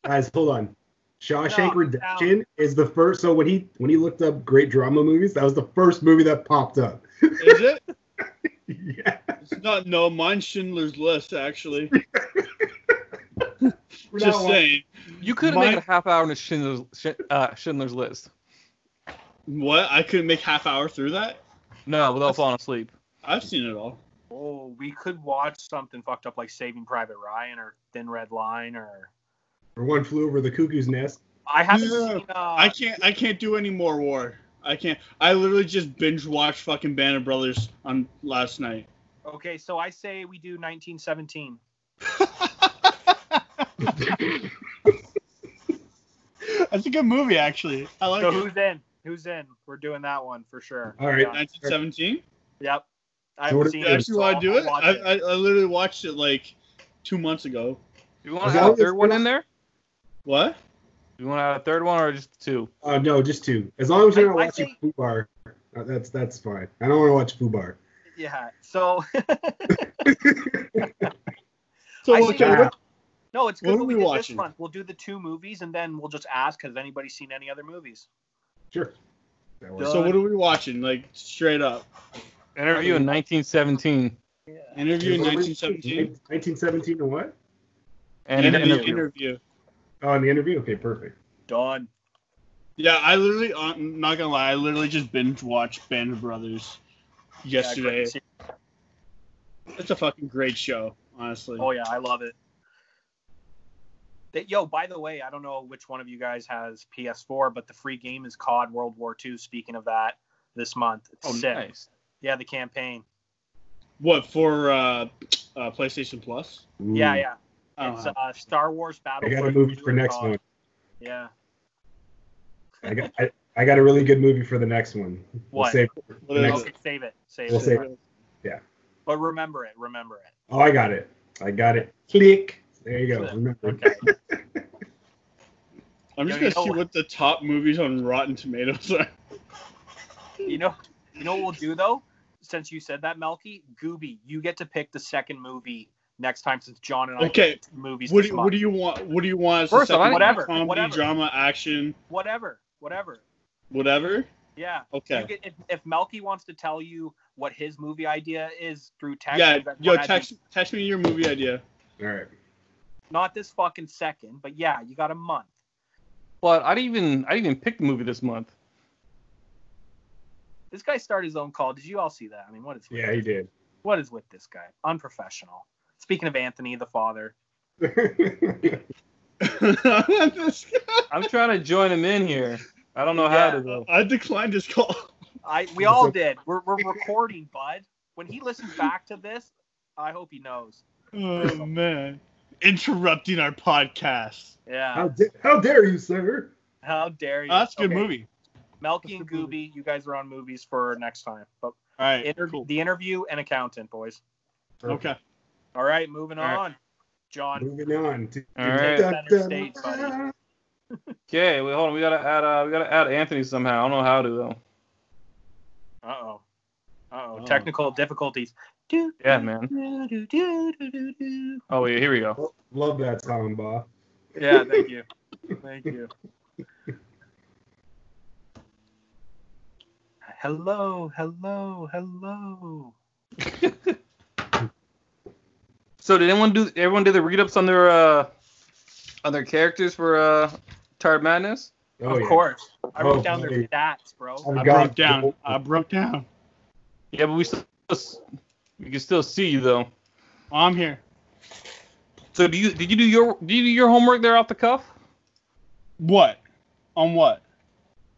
S3: Guys, hold on. Shawshank
S2: Oh, No,
S3: Redemption is the first. So when he when he looked up great drama movies, that was the first movie that popped up.
S5: Is it?
S3: yeah.
S5: It's not no, mine's Schindler's List actually.
S3: We're not
S5: Just
S3: watching-
S5: saying.
S4: You could
S5: My-
S4: make it a half hour in a Schindler's, Schi- uh, Schindler's List.
S5: What? I couldn't make half hour through that?
S4: No, without falling asleep.
S5: I've seen it all.
S2: Oh, we could watch something fucked up like Saving Private Ryan or Thin Red Line or.
S3: Or one flew over the cuckoo's nest.
S2: I haven't
S5: Yeah,
S2: seen. Uh,
S5: I can't I can't do any more war. I can't I literally just binge watched fucking Band of Brothers on last night.
S2: Okay, so I say we do 1917.
S5: That's a good movie actually. I like
S2: So
S5: it.
S2: who's in? Who's in? We're doing that one for sure.
S3: All right.
S2: Yeah.
S5: 1917?
S2: Yep. I
S3: So what
S2: haven't
S3: if
S2: seen
S5: You
S3: Yeah,
S5: actually
S2: so
S5: want to do
S2: I'll
S5: it?
S2: watch
S5: I, I, I literally watched it like two months ago.
S4: Do you want
S3: As
S4: to
S3: long
S4: add a
S3: as
S4: third
S3: we're
S4: one
S3: not-
S4: in there?
S5: What?
S4: Do you want to add a third one or just two?
S3: Uh, no, just two. As long as you're not
S2: I- I
S3: watching Fubar, uh, that's that's fine. I don't want to watch Fubar.
S2: Yeah. So
S5: So
S2: I
S5: what
S2: see-
S5: kind
S3: Ah,
S5: of-
S2: no, it's
S5: What
S2: good
S5: are
S2: that we
S5: we
S2: did
S5: watching?
S2: this one. We'll do the two movies and then we'll just ask has anybody seen any other movies?
S3: Sure. That works.
S2: Duh.
S5: So what are we watching? Like straight up.
S4: Interview in 1917.
S2: Yeah.
S5: Interview in
S3: What was-
S5: 1917.
S3: 1917 and what?
S4: And an
S5: Interview,
S4: interview.
S5: interview.
S3: Oh, in the interview? Okay, perfect.
S2: Done.
S5: Yeah, I literally, uh, I'm not gonna lie, I literally just binge watched Band of Brothers yesterday.
S2: Yeah,
S5: it's a fucking great show, honestly.
S2: oh yeah, I love it. That, yo, by the way, I don't know which one of you guys has PS4, but the free game is COD World War II. Speaking of that, this month, it's
S4: Oh,
S2: sick.
S4: nice.
S2: Yeah, the campaign.
S5: What for? Uh, uh, PlayStation Plus.
S3: Ooh.
S2: Yeah, yeah.
S5: I
S4: Oh,
S5: don't
S2: It's
S5: have-
S2: uh, Star Wars
S3: I
S2: Battle.
S3: got a movie for next one.
S2: Yeah.
S3: I got I, I got a really good movie for the next one. We'll
S2: What?
S3: save it.
S5: What
S3: Next-
S5: is
S2: Okay, save it. Save
S3: We'll
S2: it.
S3: save
S5: it?
S2: But remember it. Remember it.
S3: Oh, I got it. I got it. Click. There you go.
S2: Click.
S3: Remember.
S2: Okay.
S5: I'm just
S2: Yo, you
S5: gonna see
S2: know-
S5: what the top movies on Rotten Tomatoes are.
S2: you know, you know what we'll do though. Since you said that, Melky Gooby, you get to pick the second movie next time. Since John and I
S5: Okay,
S2: picked movies
S5: What
S2: this
S5: do,
S2: month.
S5: what do you want? What do you want? As the
S4: First off,
S5: second
S4: I didn't-
S5: one?
S2: Whatever,
S5: Comedy,
S2: whatever.
S5: drama, action,
S2: whatever, whatever.
S5: whatever.
S2: Yeah. You
S5: Okay.
S2: get, if, if Melky wants to tell you what his movie idea is through text,
S5: Yeah.
S2: that's
S5: Yo,
S2: what I'd do.
S5: text text me your movie idea.
S3: All right.
S2: Not this fucking second, but yeah, you got a month.
S4: But I didn't even I didn't even pick the movie this month.
S2: This guy started his own call. Did you all see that? I mean, what is with
S3: Yeah, he did.
S2: what is with this guy? Unprofessional. Speaking of Anthony, the father.
S4: I'm trying to join him in here. I don't know how
S2: Yeah.
S4: to though.
S5: I declined his call.
S2: I we all did. We're, we're recording, bud. When he listens back to this, I hope he knows.
S5: Oh man, interrupting our podcast.
S2: Yeah.
S3: how, da- how dare you, sir?
S2: How dare you?
S5: Oh, that's a good
S2: Okay,
S5: movie.
S2: Melky
S5: That's a
S2: and
S5: good movie.
S2: Gooby, you guys are on movies for next time. But
S5: All right.
S2: inter-
S5: cool.
S2: the interview and accountant, boys.
S5: Okay.
S2: All right, moving
S4: All right.
S2: on. John.
S3: Moving on. To,
S4: All right.
S2: Center stage, buddy.
S4: Okay, wait, hold on. We gotta add uh, we gotta add Anthony somehow. I don't know how to though.
S2: Uh oh. Uh oh.
S5: Oh.
S2: Technical difficulties. Do,
S4: Yeah, man.
S2: do, do, do, do, do, do.
S4: Oh yeah, here we go.
S3: Lo- Love that song, Bob.
S2: Yeah, thank you. Thank you. Hello, hello, hello.
S4: So did anyone do everyone did the read ups on their uh on their characters for uh Tired Madness?
S3: Oh,
S2: of
S3: yeah.
S2: course. I wrote
S3: Oh,
S2: down their
S3: hey. Oh.
S2: stats, bro.
S3: I've
S5: I
S3: got
S5: broke down.
S3: gold.
S5: I broke down.
S4: Yeah, but we still we can still see you though.
S5: I'm here.
S4: So do you did you do your did you do your homework there off the cuff?
S5: What? On what?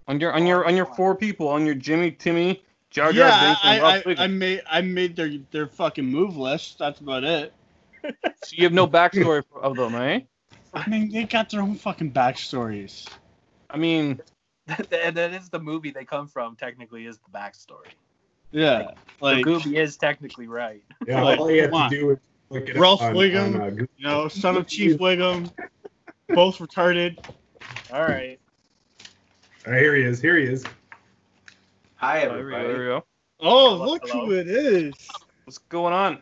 S4: On your on your on your four people, on your Jimmy, Timmy, Jar Jar
S5: yeah,
S4: Binks, and Rob
S5: I, I,
S4: Figgle.
S5: I, I made I made their their fucking move list. That's about it.
S4: So you have no backstory for- of them, eh?
S5: I mean, they got their own fucking backstories.
S4: I mean,
S2: that that is the movie they come from, technically, is the backstory.
S5: Yeah,
S2: Like,
S5: like
S2: Gooby is technically right.
S3: Yeah,
S5: Like,
S3: all you have
S5: come on.
S3: to do is look it
S5: Ralph
S3: up on, on,
S5: Wiggum.
S3: uh, Google.
S5: you know, son of Chief Wiggum, both retarded.
S2: All right.
S3: Oh, here he is. Here he is.
S6: Hi
S4: there we go. There we
S6: everybody.
S4: go.
S5: Oh,
S2: Hello,
S5: look
S2: hello.
S5: who it is!
S4: What's going on?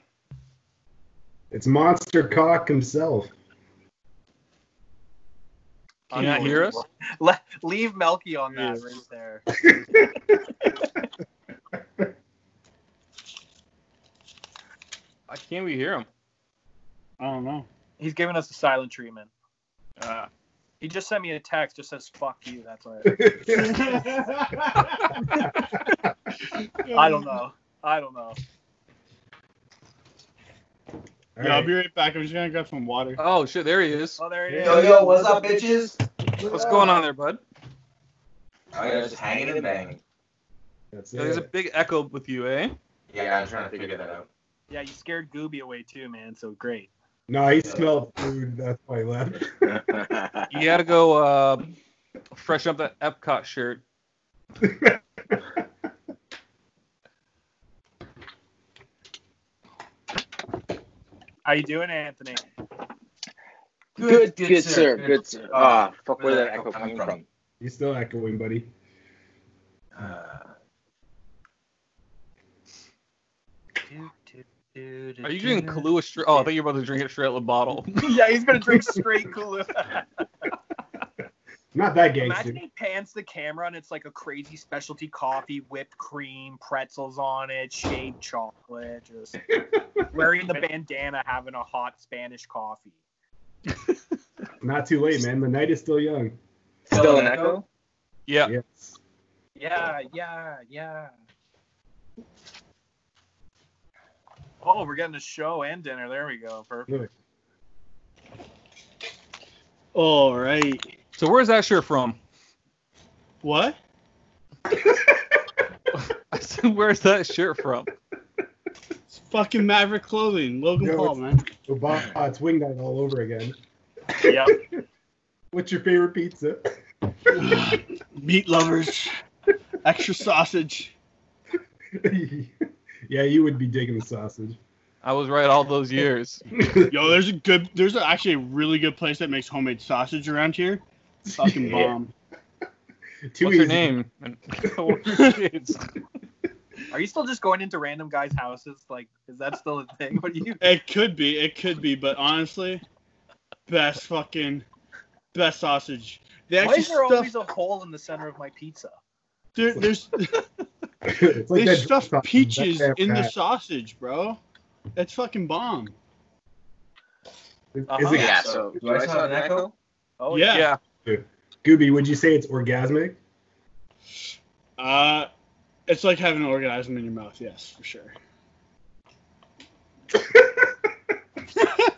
S3: It's Monster Cock himself.
S4: Can you not hear us?
S2: Le- leave Melky on that
S5: Yes.
S2: right there.
S4: Can't we hear him?
S5: I don't know.
S2: He's giving us the silent treatment.
S4: Uh,
S2: He just sent me a text. Just says "fuck you." That's what. I don't know. I don't know.
S3: All
S5: Yeah, I'll
S3: right.
S5: be right back. I'm just gonna grab some water.
S4: oh shit, there he is.
S2: Oh, there it is.
S6: Yo, yo, what's up, bitches?
S4: What's going on there, bud?
S6: I guess just hanging and banging.
S3: That's
S4: There's a
S3: it.
S4: big echo with you, eh?
S6: Yeah, I'm trying to figure that out.
S2: Yeah, you scared Gooby away too, man. So great.
S3: No, he smelled food. That's why he left.
S4: You gotta go uh, freshen up that Epcot shirt.
S2: How you doing, Anthony?
S6: good,
S7: Good sir, good sir. Ah, fuck, where
S6: Where's
S7: did that echo coming from?
S3: He's still echoing, buddy.
S6: Uh,
S4: Are you doing Kahlua straight? Oh, I think you're about to drink it straight out of the bottle.
S2: yeah, he's gonna drink straight Kahlua.
S3: Not that gangster.
S2: Imagine he pans the camera and it's like a crazy specialty coffee, whipped cream, pretzels on it, shaved chocolate, just wearing the bandana, having a hot Spanish coffee.
S3: Not too late, man. The night is still young.
S7: Still an echo?
S4: yeah.
S3: Yes.
S2: Yeah, yeah, yeah. Oh, we're getting a show and dinner. There we go. Perfect.
S5: All right.
S4: So where's that shirt from?
S5: What?
S4: I said, where's that shirt from?
S5: It's fucking Maverick clothing. Logan
S3: Yo, it's-
S5: Paul, man.
S3: Well, Bob, uh, it's wing night all over again.
S2: Yep.
S3: What's your favorite pizza?
S5: Meat lovers. Extra sausage.
S3: yeah, you would be digging the sausage.
S4: I was right all those years.
S5: Yo, there's a good. There's a, actually a really good place that makes homemade sausage around here. Fucking
S6: Yeah.
S5: bomb.
S3: Too
S4: What's her
S3: easy.
S4: name? And- Oh, It's-
S2: Are you still just going into random guys' houses? Like, is that still a thing? What do you?
S5: It could be. It could be. But honestly, best fucking best sausage. They
S2: Why
S5: actually
S2: is there
S5: stuff.
S2: always a hole in the center of my pizza?
S5: there- there's
S3: it's like
S5: they
S3: that
S5: stuff
S3: drop top
S5: peaches
S3: that
S5: in the
S3: hat.
S5: sausage, bro. That's fucking bomb.
S3: Is,
S2: Uh-huh.
S3: is it
S7: Yeah, so do I still have an echo?
S2: Oh
S5: yeah.
S4: yeah.
S3: Gooby? Would you say it's orgasmic?
S5: Uh, it's like having an orgasm in your mouth. Yes, for sure.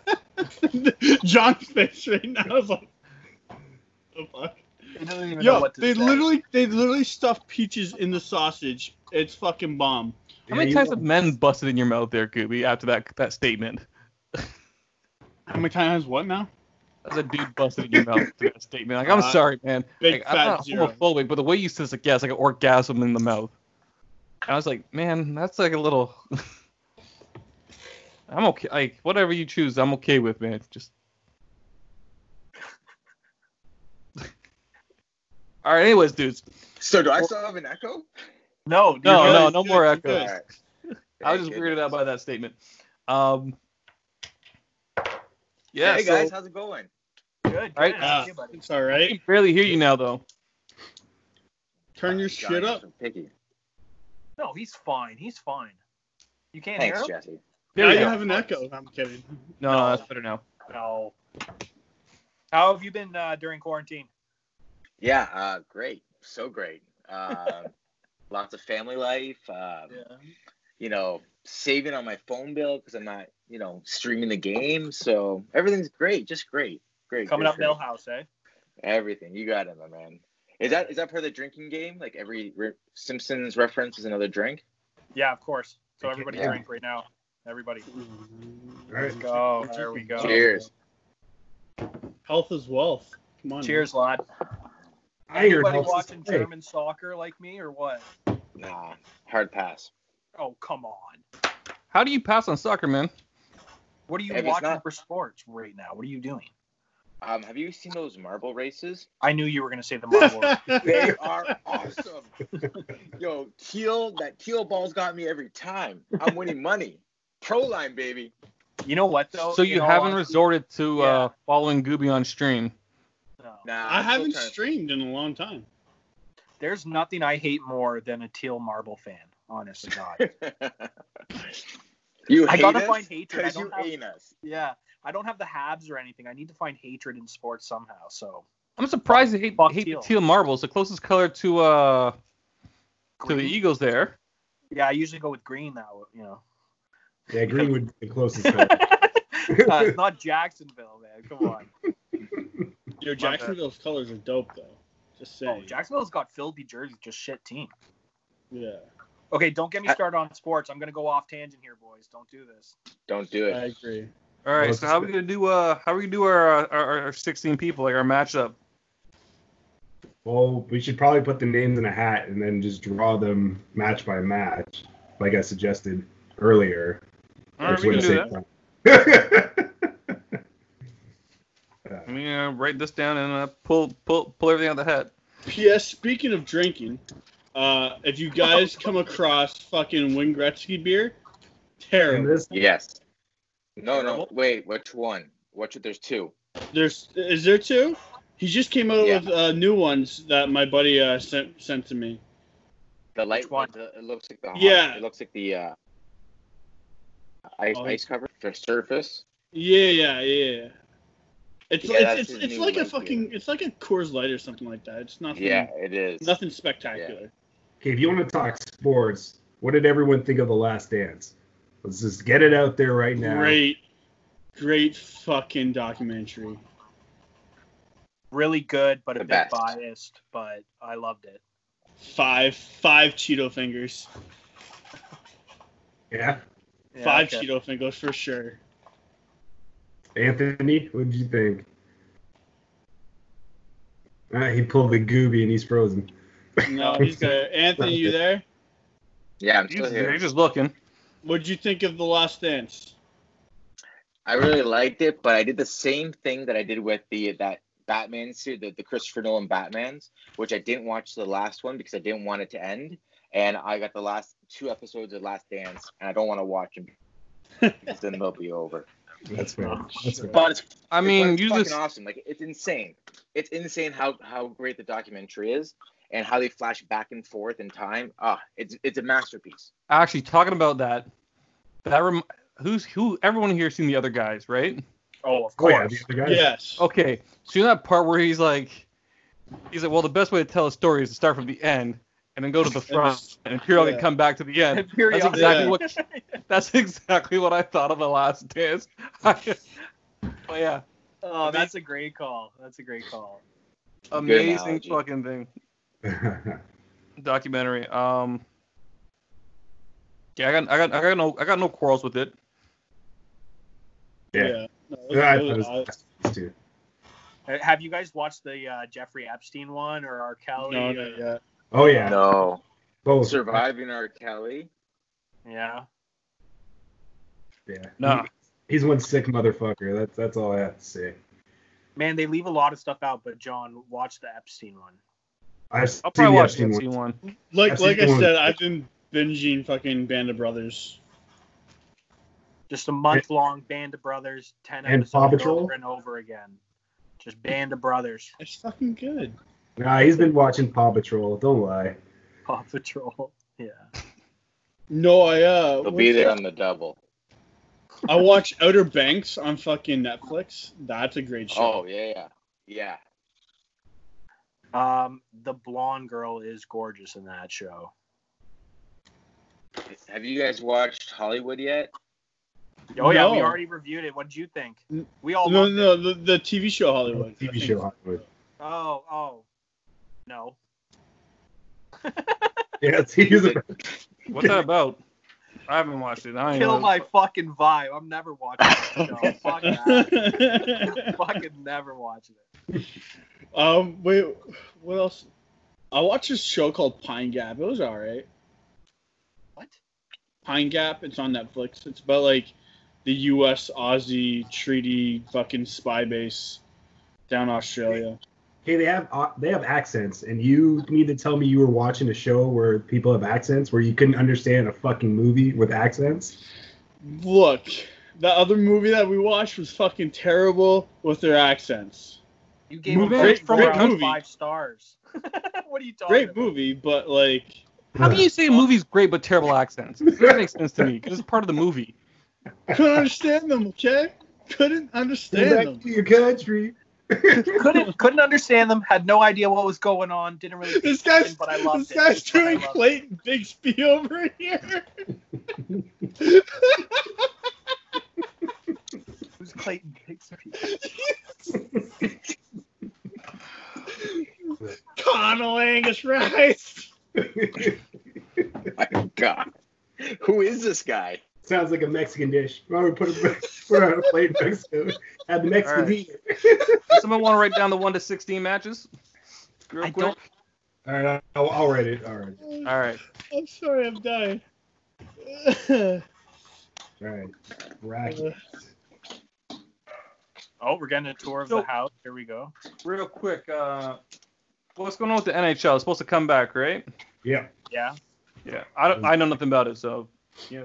S5: John's face right now is like, the fuck?
S2: He doesn't even know
S5: Yo,
S2: what to
S5: they
S2: say.
S5: literally, they literally stuff peaches in the sausage. It's fucking bomb.
S4: How
S3: Yeah,
S4: many
S3: you-
S4: times have men busted in your mouth there, Gooby, after that that statement?
S5: How many times? What now?
S4: As a dude busted in your mouth after that statement. Like, I'm
S5: Uh,
S4: sorry, man.
S5: Big
S4: Like, I'm
S5: fat
S4: not
S5: zero.
S4: homophobic, but the way you said it's like, yeah, it's like an orgasm in the mouth. And I was like, man, that's like a little. I'm okay. Like, whatever you choose, I'm okay with, man. Just. All right, anyways, dudes.
S7: So do I still have an echo?
S2: No,
S4: No,
S5: You're
S4: no,
S5: good,
S4: no
S5: you're
S4: more
S5: good, you're
S4: echoes.
S5: good.
S7: Alright.
S4: I was just weirded out by that statement. Um, yeah,
S7: hey
S4: so-
S7: guys, how's it going?
S2: Good.
S4: Right?
S2: good.
S5: Uh,
S2: Yeah, buddy.
S5: It's all
S4: I
S5: right.
S4: can barely hear you now, though.
S5: Turn your
S7: Johnny,
S5: shit
S7: Oh, you're
S5: up.
S7: so Picky.
S2: No, he's fine. He's fine. You can't
S7: Thanks,
S2: hear him?
S7: Jesse.
S4: There
S5: Now
S4: we
S5: you
S4: go.
S5: have an echo. I'm kidding.
S4: No, no, that's better now.
S2: No. How have you been uh, during quarantine?
S7: Yeah, uh, great, so great. Um, lots of family life. Um, You know, saving on my phone bill because I'm not, you know, streaming the game. So everything's great, just great, great.
S2: Coming
S7: great,
S2: up
S7: great.
S2: Millhouse, eh?
S7: Everything you got it, my man. Is that is that part of the drinking game? Like every re- Simpsons reference is another drink.
S2: Yeah, of course. So everybody
S7: Yeah.
S2: drink right now. Everybody.
S3: All right.
S2: Go. There we go.
S7: Cheers.
S5: Health is wealth. Come on.
S2: Cheers, lot.
S3: Iron
S2: Anybody
S3: helps us
S2: watching
S3: play.
S2: German soccer like me or what?
S7: Nah, hard pass.
S2: Oh, come on.
S4: How do you pass on soccer, man?
S2: What are you
S7: If it's
S2: watching
S7: not-
S2: for sports right now? What are you doing?
S7: Um, have you seen those marble races?
S2: I knew you were going to say the Marvel.
S7: They are awesome. Yo, teal that teal ball's got me every time. I'm winning money. Pro line, baby.
S2: you know what, though?
S4: So you
S2: In all
S4: haven't
S2: honesty-
S4: resorted to uh,
S2: yeah.
S4: following Gooby on stream.
S2: No.
S7: Nah,
S5: I
S7: I'm still
S5: haven't
S7: trying to-
S5: streamed in a long time.
S2: There's nothing I hate more than a teal marble fan. Honest to God.
S7: You
S2: I
S7: hate
S2: gotta
S7: us
S2: find hatred. I
S7: because
S2: don't
S7: you
S2: have-
S7: hate us.
S2: Yeah, I don't have the Habs or anything. I need to find hatred in sports somehow. So
S4: I'm surprised they hate,
S2: Fuck
S4: hate
S2: teal.
S4: the teal marbles, the closest color to uh to the
S2: Green?
S4: Eagles there.
S2: yeah, I usually go with green now. You know,
S3: Yeah, green would be the closest. color.
S2: Uh, it's not Jacksonville, man. Come on.
S5: Yo, Jacksonville's colors are dope though. Just
S2: Oh,
S5: saying.
S2: Jacksonville's got filthy jerseys, just shit team.
S5: yeah.
S2: Okay, don't get me
S7: I-
S2: started on sports. I'm gonna go off tangent here, boys. Don't do this.
S7: Don't do
S5: I
S7: it.
S5: agree.
S4: All
S3: Well,
S4: right, so
S3: it's-
S4: how are we gonna do uh how are we gonna do our uh, our, our 16 people like our matchup?
S3: well, we should probably put the names in a hat and then just draw them match by match, like I suggested earlier.
S4: All right,
S3: Which
S4: we can
S3: would
S4: do that.
S3: save time.
S4: Let me uh, write this down and uh, pull pull pull everything out of the hat.
S5: P.S. Speaking of drinking, uh, if you guys come across fucking Wayne Gretzky beer,
S3: And
S5: terrible.
S3: this,
S7: Yes. No, no.
S4: Terrible.
S7: Wait, which one? Which there's two.
S5: There's is there two? He just came out
S7: Yeah.
S5: with uh, new ones that my buddy uh, sent sent to me.
S7: The light
S2: one?
S7: one. The, it looks like the hot-
S5: Yeah.
S7: It looks like the uh, ice
S5: Oh.
S7: ice cover for surface.
S5: Yeah, yeah, yeah. yeah. It's
S7: Yeah, that's
S5: it's
S7: his
S5: it's, it's
S7: new
S5: like a
S7: light
S5: fucking it's like a Coors Light or something like that. It's nothing
S7: Yeah, it is.
S5: nothing spectacular.
S3: okay, if you want to talk sports, what did everyone think of The Last Dance? Let's just get it out there right now.
S5: Great, great fucking documentary.
S2: Really good, but a
S7: The
S2: bit
S7: best.
S2: biased. But I loved it.
S5: Five five Cheeto fingers,
S3: Yeah.
S2: Yeah,
S5: five
S2: okay.
S5: Cheeto fingers for sure.
S3: Anthony, what did you think? Ah, he pulled the gooby and he's frozen.
S5: No, he's there. Anthony, you there?
S7: Yeah, I'm still
S4: He's,
S7: here.
S4: he's just looking.
S5: What'd you think of the Last Dance?
S7: I really liked it, but I did the same thing that I did with the that Batman series, the, the Christopher Nolan Batman's, which I didn't watch the last one because I didn't want it to end. And I got the last two episodes of Last Dance, and I don't want to watch them because then they'll be over.
S3: That's fair. Oh, That's fair.
S7: But it's,
S4: I mean,
S7: it's
S4: you
S7: fucking
S4: just
S7: awesome. Like it's insane. It's insane how how great the documentary is and how they flash back and forth in time. Ah, it's it's a masterpiece.
S4: actually talking about that. That rem- who's who? Everyone here seen the other guys, right?
S2: Oh, of
S3: Oh, yeah,
S2: course.
S3: the other guy?
S5: Yes.
S4: Okay, so you know that part where he's like, he's like, well, the best way to tell a story is to start from the end and then go to the front, and Imperial
S5: Yeah.
S4: can come back to the end. That's
S2: Period.
S4: exactly
S5: Yeah.
S4: what. That's exactly what I thought of the last dance. but yeah,
S2: Oh, that's a great call. That's a great call.
S4: amazing
S7: analogy.
S4: fucking thing documentary. Um, yeah, I got, I got, I got no, I got no quarrels with it.
S3: Yeah.
S5: No, it was-
S3: Yeah, I
S5: it
S3: thought it was
S5: was-
S3: the best too.
S2: Uh, Have you guys watched the uh, Jeffrey Epstein one or R. Kelly?
S5: no,
S2: or-
S5: not yet.
S3: Oh yeah,
S7: No,
S3: both
S7: surviving R. Kelly.
S2: Yeah.
S3: Yeah,
S4: Nah.
S3: He- he's one sick motherfucker. That's that's all I have to say.
S2: Man, they leave a lot of stuff out, but John, watch the Epstein one.
S3: I've seen
S4: I'll probably
S3: the
S4: watch
S3: Epstein
S4: the
S3: one.
S4: one. one.
S5: Like
S3: I've
S5: like
S3: seen
S5: I
S3: the one-
S5: said, I've been binging fucking Band of Brothers.
S2: Just a month long Band of Brothers, ten
S3: And Paw
S2: episodes
S3: Patrol?
S2: over and over again. Just Band of Brothers,
S5: It's fucking good.
S3: Nah, he's been watching Paw Patrol. Don't lie.
S2: Paw Patrol. Yeah.
S5: No, I uh,
S7: He'll
S5: what's
S7: be there
S5: that?
S7: on the double.
S5: I watch Outer Banks on fucking Netflix. That's a great
S7: Oh
S5: show.
S7: yeah, yeah, yeah.
S2: Um, the blonde girl is gorgeous in that show.
S7: Have you guys watched Hollywood yet?
S2: Oh yeah, we
S5: No.
S2: already reviewed it. What did you think?
S5: N-
S2: We
S7: Oh.
S2: all
S5: no,
S2: loved
S5: no, the, the TV show Hollywood. I
S3: TV
S5: think.
S3: show Hollywood.
S2: it. Oh, oh. No.
S3: Yeah, it's- he's a,
S4: What's that about? I haven't watched it. I ain't
S2: Kill
S4: know.
S2: my fucking vibe. I'm never watching that show. Fuck that. Fucking never watching it.
S5: um, wait, what else? I watched this show called Pine Gap. It was all right.
S2: What?
S5: Pine Gap. It's on Netflix. It's about like the U.S. Aussie treaty fucking spy base down Australia.
S3: hey, they have au- they have accents, and you need to tell me you were watching a show where people have accents, where you couldn't understand a fucking movie with accents.
S5: Look, the other movie that we watched was fucking terrible with their accents.
S2: You gave
S4: Movie.
S2: it
S4: Great-
S2: four
S4: great
S2: out of
S5: movie.
S2: five stars. what are you talking
S5: Great
S2: about?
S5: movie, but like,
S4: How can you say a movie's great but terrible accents? That makes sense to me because it's part of the movie.
S5: Couldn't understand them, okay? Couldn't
S3: Go
S5: understand
S3: back
S5: them.
S3: to your country.
S2: couldn't couldn't understand them. Had no idea what was going on. Didn't really.
S5: This guy's
S2: but I loved
S5: this
S2: it.
S5: guy's
S2: But I
S5: doing
S2: loved it.
S5: Clayton Bigsby over here.
S2: Who's Clayton Bigsby?
S5: Connell Angus Rice.
S7: My God, who is this guy?
S3: Sounds like a Mexican dish. Why don't we put it put it on a plate in Mexico? Add the Mexican
S4: All right.
S3: beat.
S4: Does Someone want to write down the one to sixteen matches? Real
S2: I
S4: quick.
S2: don't-
S3: All right, I'll, I'll write it. All right,
S4: All right.
S5: I'm sorry, I'm dying.
S3: all right. Rocky.
S2: Oh, we're getting a tour of
S4: So-
S2: the house. Here we go.
S4: Real quick. Uh, what's going on with the NHL? It's supposed to come back, right?
S3: Yeah.
S2: Yeah.
S4: Yeah. I don't. I know nothing about it, so. Yeah.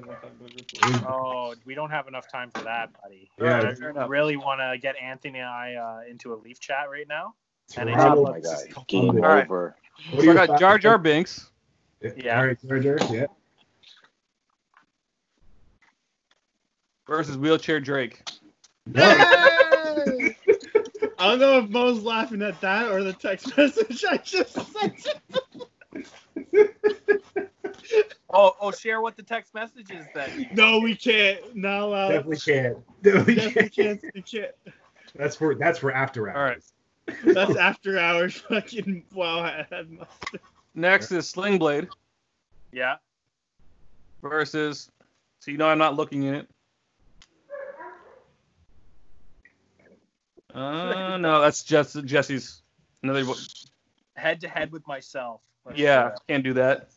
S2: Oh, we don't have enough time for that, buddy.
S3: Yeah,
S2: Uh,
S4: fair enough.
S2: really want to get Anthony and I uh, into a leaf chat right now. And Oh
S3: Rocky.
S7: Oh
S2: my
S7: my God,
S3: Game
S7: game
S4: All
S7: over.
S3: What are
S4: So I
S3: your
S4: got Jar
S3: thoughts-
S4: Jar Binks.
S2: Yeah.
S3: All right, Jar Jar. Yeah.
S4: versus wheelchair Drake.
S5: Hey! I don't know if Mo's laughing at that or the text message I just sent.
S2: Oh, oh, share what the text message is then.
S5: No, we can't. Not allowed.
S3: Definitely can't. Definitely
S5: Definitely
S3: can't.
S5: can't. We can't.
S3: That's for that's for after
S4: All right.
S3: hours.
S5: That's after hours. Fucking wow. I had my-
S4: Next is Sling Blade
S2: Yeah.
S4: versus. So you know I'm not looking in it. Uh no, that's just Jesse's. Another. one.
S2: Head to head with myself. Let's
S4: Yeah,
S2: do it.
S4: can't do that.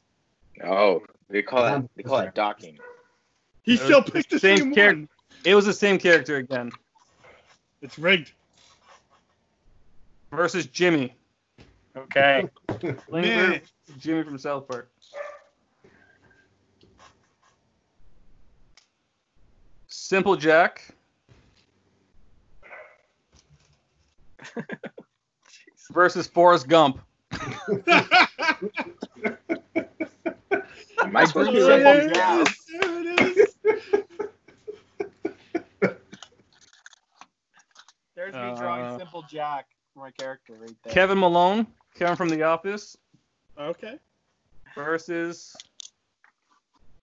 S7: Oh, they call that they call that docking.
S5: He still picked the
S4: Same
S5: same,
S4: character.
S5: one.
S4: It was the same character again
S5: It's rigged.
S4: versus Jimmy.
S2: Okay.
S4: Sling
S5: Man.
S4: Blade, Jimmy from South Park. Simple Jack versus Forrest Gump.
S7: Am I supposed to be
S5: There
S7: writing
S5: it
S7: this
S5: is.
S7: down?
S5: There it is.
S2: There's me drawing
S4: Uh,
S2: simple Jack, for my character right there.
S4: Kevin Malone, Kevin from The Office,
S5: Okay.
S4: versus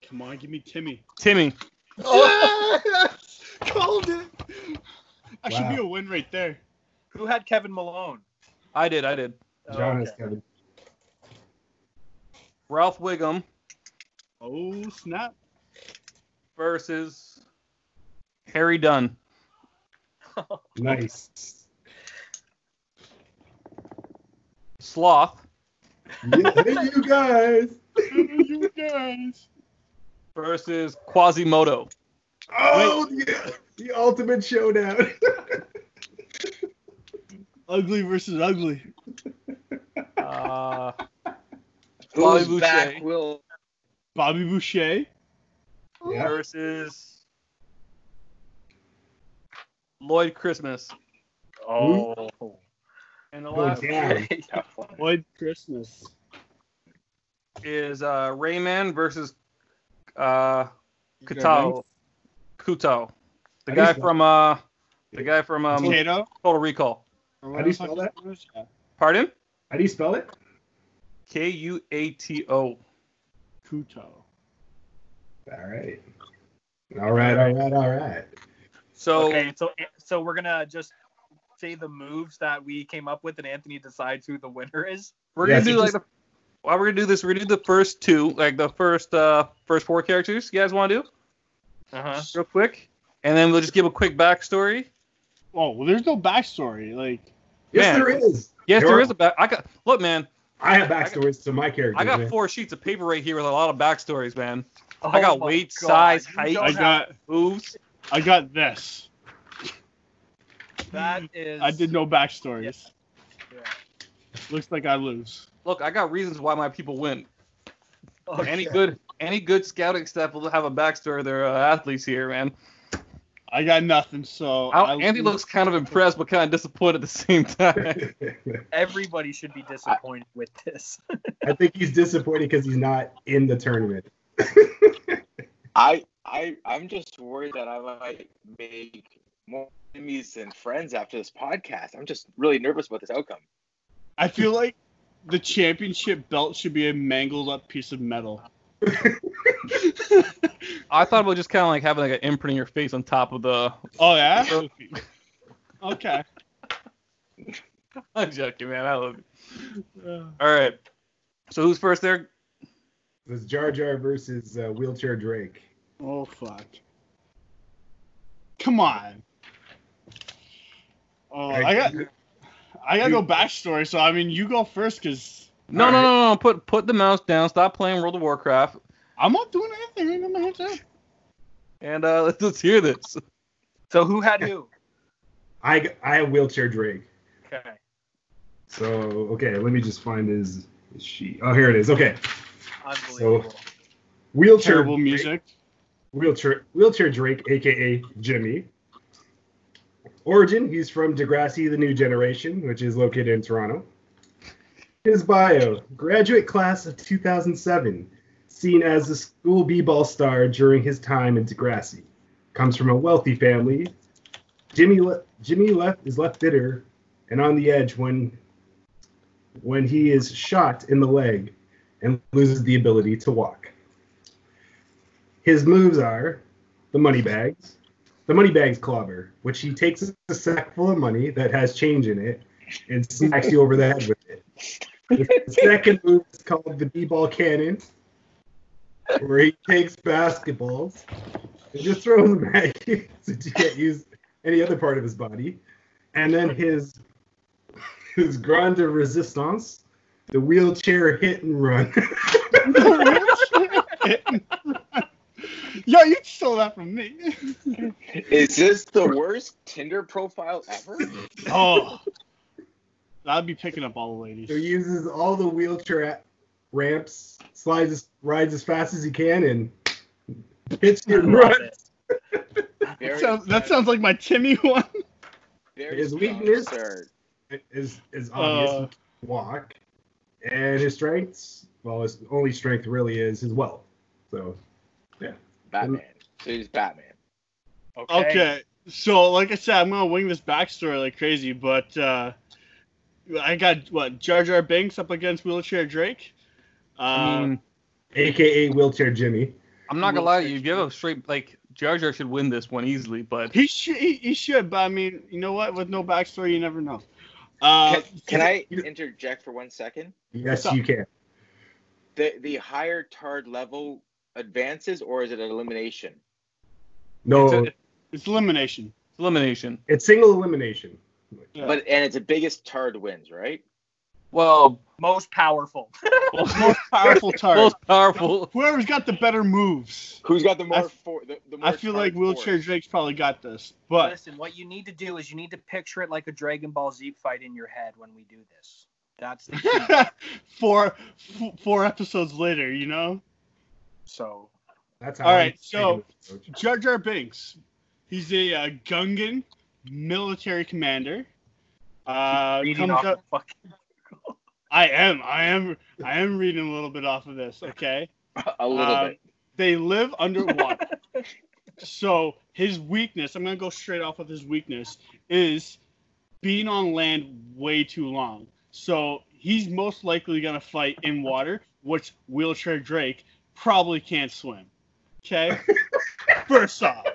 S5: Come on, give me Timmy.
S4: Timmy.
S5: Yes! Called it. That should
S3: Wow.
S5: be a win right there.
S2: Who had Kevin Malone?
S4: I did, I did.
S2: Oh,
S3: John
S2: okay.
S3: is Kevin.
S4: Ralph Wiggum
S5: Oh snap!
S4: versus Harry Dunn.
S3: Nice.
S4: Sloth
S3: yeah, hey, you guys.
S5: you guys.
S4: versus Quasimodo.
S3: Oh, the, the ultimate showdown.
S5: Ugly versus ugly.
S4: Uh, Bobby
S7: Who's
S4: Boucher.
S7: back? Will
S5: Bobby Boucher.
S3: yeah.
S4: versus Lloyd Christmas.
S2: Oh.
S4: And the
S3: Go
S2: Uh,
S4: last
S3: down.
S5: Lloyd Christmas.
S4: is uh, Rayman versus uh, Kutau. Kutau. The
S3: I
S4: guy
S3: just-
S4: from uh, the guy from um,
S5: Potato.
S4: Total Recall.
S3: How do you spell that?
S4: Pardon?
S3: How do you spell it?
S4: K U A T O.
S5: Kuto.
S3: All right. All right. All right. All right.
S4: So
S2: okay, so so we're gonna just say the moves that we came up with, and Anthony decides who the winner is.
S4: we're
S3: Yeah,
S4: gonna do
S3: so
S4: like the, while we're gonna do this, we're gonna do the first two, like the first uh first four characters. You guys want to do
S2: Uh-huh.
S4: real quick, and then we'll just give a quick backstory.
S5: Oh well, there's no backstory. Like
S3: Yes,
S4: Man.
S3: there is.
S4: Yes,
S3: Sure.
S4: there is a back. I got look, man.
S3: I have backstories to my characters.
S4: I got
S3: man.
S4: four sheets of paper right here with a lot of backstories, man.
S2: Oh
S4: I got weight, size, height.
S5: I got,
S4: Moves.
S5: I got this.
S2: that is.
S5: I did no backstories.
S2: Yeah.
S5: Looks like I lose.
S4: Look, I got reasons why my people win.
S2: Okay.
S4: Any good, any good scouting staff will have a backstory of their uh, athletes here, man.
S5: I got nothing. So
S4: I,
S5: I
S4: Oh, Andy
S5: lose.
S4: looks kind of impressed but kind of disappointed at the same time.
S2: Everybody should be disappointed with this.
S3: I think he's disappointed because he's not in the tournament.
S7: I I I'm just worried that I might make more enemies than friends after this podcast. I'm just really nervous about this outcome.
S5: I feel like the championship belt should be a mangled up piece of metal.
S4: I thought about just kind of like having like an imprint in your face on top of the.
S5: Oh yeah. Okay.
S4: I'm joking, man. I love it. All right. So who's first there?
S3: This Jar Jar versus uh, Wheelchair Drake.
S5: Oh fuck. Come on. Oh, I got. I gotta go backstory. So I mean, you go first because
S4: No,
S3: All
S4: no,
S3: right.
S4: no, no, no. Put put the mouse down. Stop playing World of Warcraft.
S5: I'm not doing anything. I'm not doing.
S4: And uh, let's, let's hear this.
S2: So who had who?
S3: I I have Wheelchair Drake.
S2: Okay.
S3: So okay, let me just find his, his sheet. Oh, here it is. Okay,
S2: Unbelievable.
S3: Wheelchair
S5: Terrible music.
S3: Wheelchair Wheelchair Drake, aka Jimmy. Origin, he's from Degrassi, the new generation, which is located in Toronto. His bio, graduate class of 2007, seen as the school b-ball star during his time in Degrassi. Comes from a wealthy family. Jimmy le- Jimmy left is left bitter and on the edge when when he is shot in the leg and loses the ability to walk. His moves are the money bags, the money bags clobber, which he takes a sack full of money that has change in it and smacks you over the head with it. The second move is called the b-ball cannon, where he takes basketballs and just throws them at you since you can't use any other part of his body. And then his his grande resistance, the wheelchair hit and run.
S5: Yo, you stole that from me.
S7: Is this the worst Tinder profile ever?
S5: oh, that'd be picking up all the
S3: So
S5: ladies.
S3: he uses all the wheelchair a- ramps, slides, as, rides as fast as he can, and hits
S2: I
S3: you and
S2: love
S3: runs.
S2: it.
S7: Very
S5: So, that
S7: bad.
S5: sounds like my Timmy one.
S7: Very
S3: His
S7: strong
S3: weakness?
S7: start.
S3: Is is obvious.
S5: Uh.
S3: He can walk, and his strengths. Well, his only strength really is his wealth. So
S7: Batman. So he's Batman.
S2: Okay.
S5: Okay. So, like I said, I'm gonna wing this backstory like crazy, but uh, I got what Jar Jar Binks up against Wheelchair Drake. Uh,
S4: I mean,
S3: AKA wheelchair Jimmy.
S4: I'm not gonna lie to you. If you have a straight like Jar Jar should win this one easily, but
S5: he should, he, he should, but I mean, you know what? With no backstory, you never know. Uh,
S7: Can, can I interject for one second?
S3: Yes,
S5: What's
S3: you can.
S7: The the higher tard level advances or is it an elimination?
S4: it's, a,
S3: No,
S4: it's
S5: it's elimination.
S4: elimination.
S3: it's single elimination.
S5: Yeah.
S7: But and it's the biggest tard wins, right?
S4: Well,
S2: Most powerful.
S5: most powerful target.
S4: most powerful.
S5: Whoever's got the better moves.
S7: Who's got the more
S5: I-
S7: for the, the more
S5: I feel
S7: tard
S5: like Wheelchair
S7: force?
S5: Drake's probably got this, but
S2: Listen, what you need to do is you need to picture it like a Dragon Ball Z fight in your head when we do this. That's the key.
S5: four f- four episodes later, you know,
S2: so
S3: That's how.
S5: All
S3: I'm
S5: right, so-
S3: taking it.
S5: Jar Jar Binks, he's a uh, Gungan military commander. Uh,
S2: reading
S5: comes
S2: off
S5: up,
S2: the fucking
S5: I am, I am, I am reading a little bit off of this. Okay,
S7: a little
S5: Um,
S7: bit.
S5: they live underwater. so his weakness, I'm gonna go straight off with his weakness, is being on land way too long. So he's most likely gonna fight in water, which wheelchair Drake probably can't swim. Okay? First off.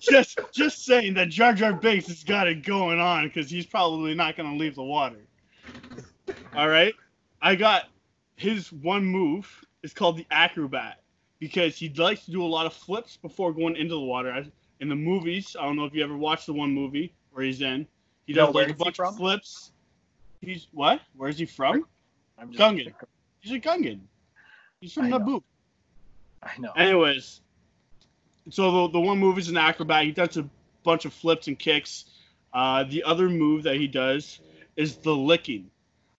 S5: just just saying that Jar Jar Binks has got it going on because he's probably not gonna leave the water. Alright? I got his one move is called the acrobat because he likes to do a lot of flips before going into the water. I- In the movies, I don't know if you ever watched the one movie where he's in. He
S2: No,
S5: does
S2: where
S5: like a
S2: is he
S5: bunch
S2: from?
S5: of flips. He's what? Where's he from?
S2: I'm just
S5: Gungan. He's a Gungan. He's from
S2: I know.
S5: Naboo.
S2: I know.
S5: Anyways, so the, the one move is an acrobat. He does a bunch of flips and kicks. Uh, the other move that he does is the licking.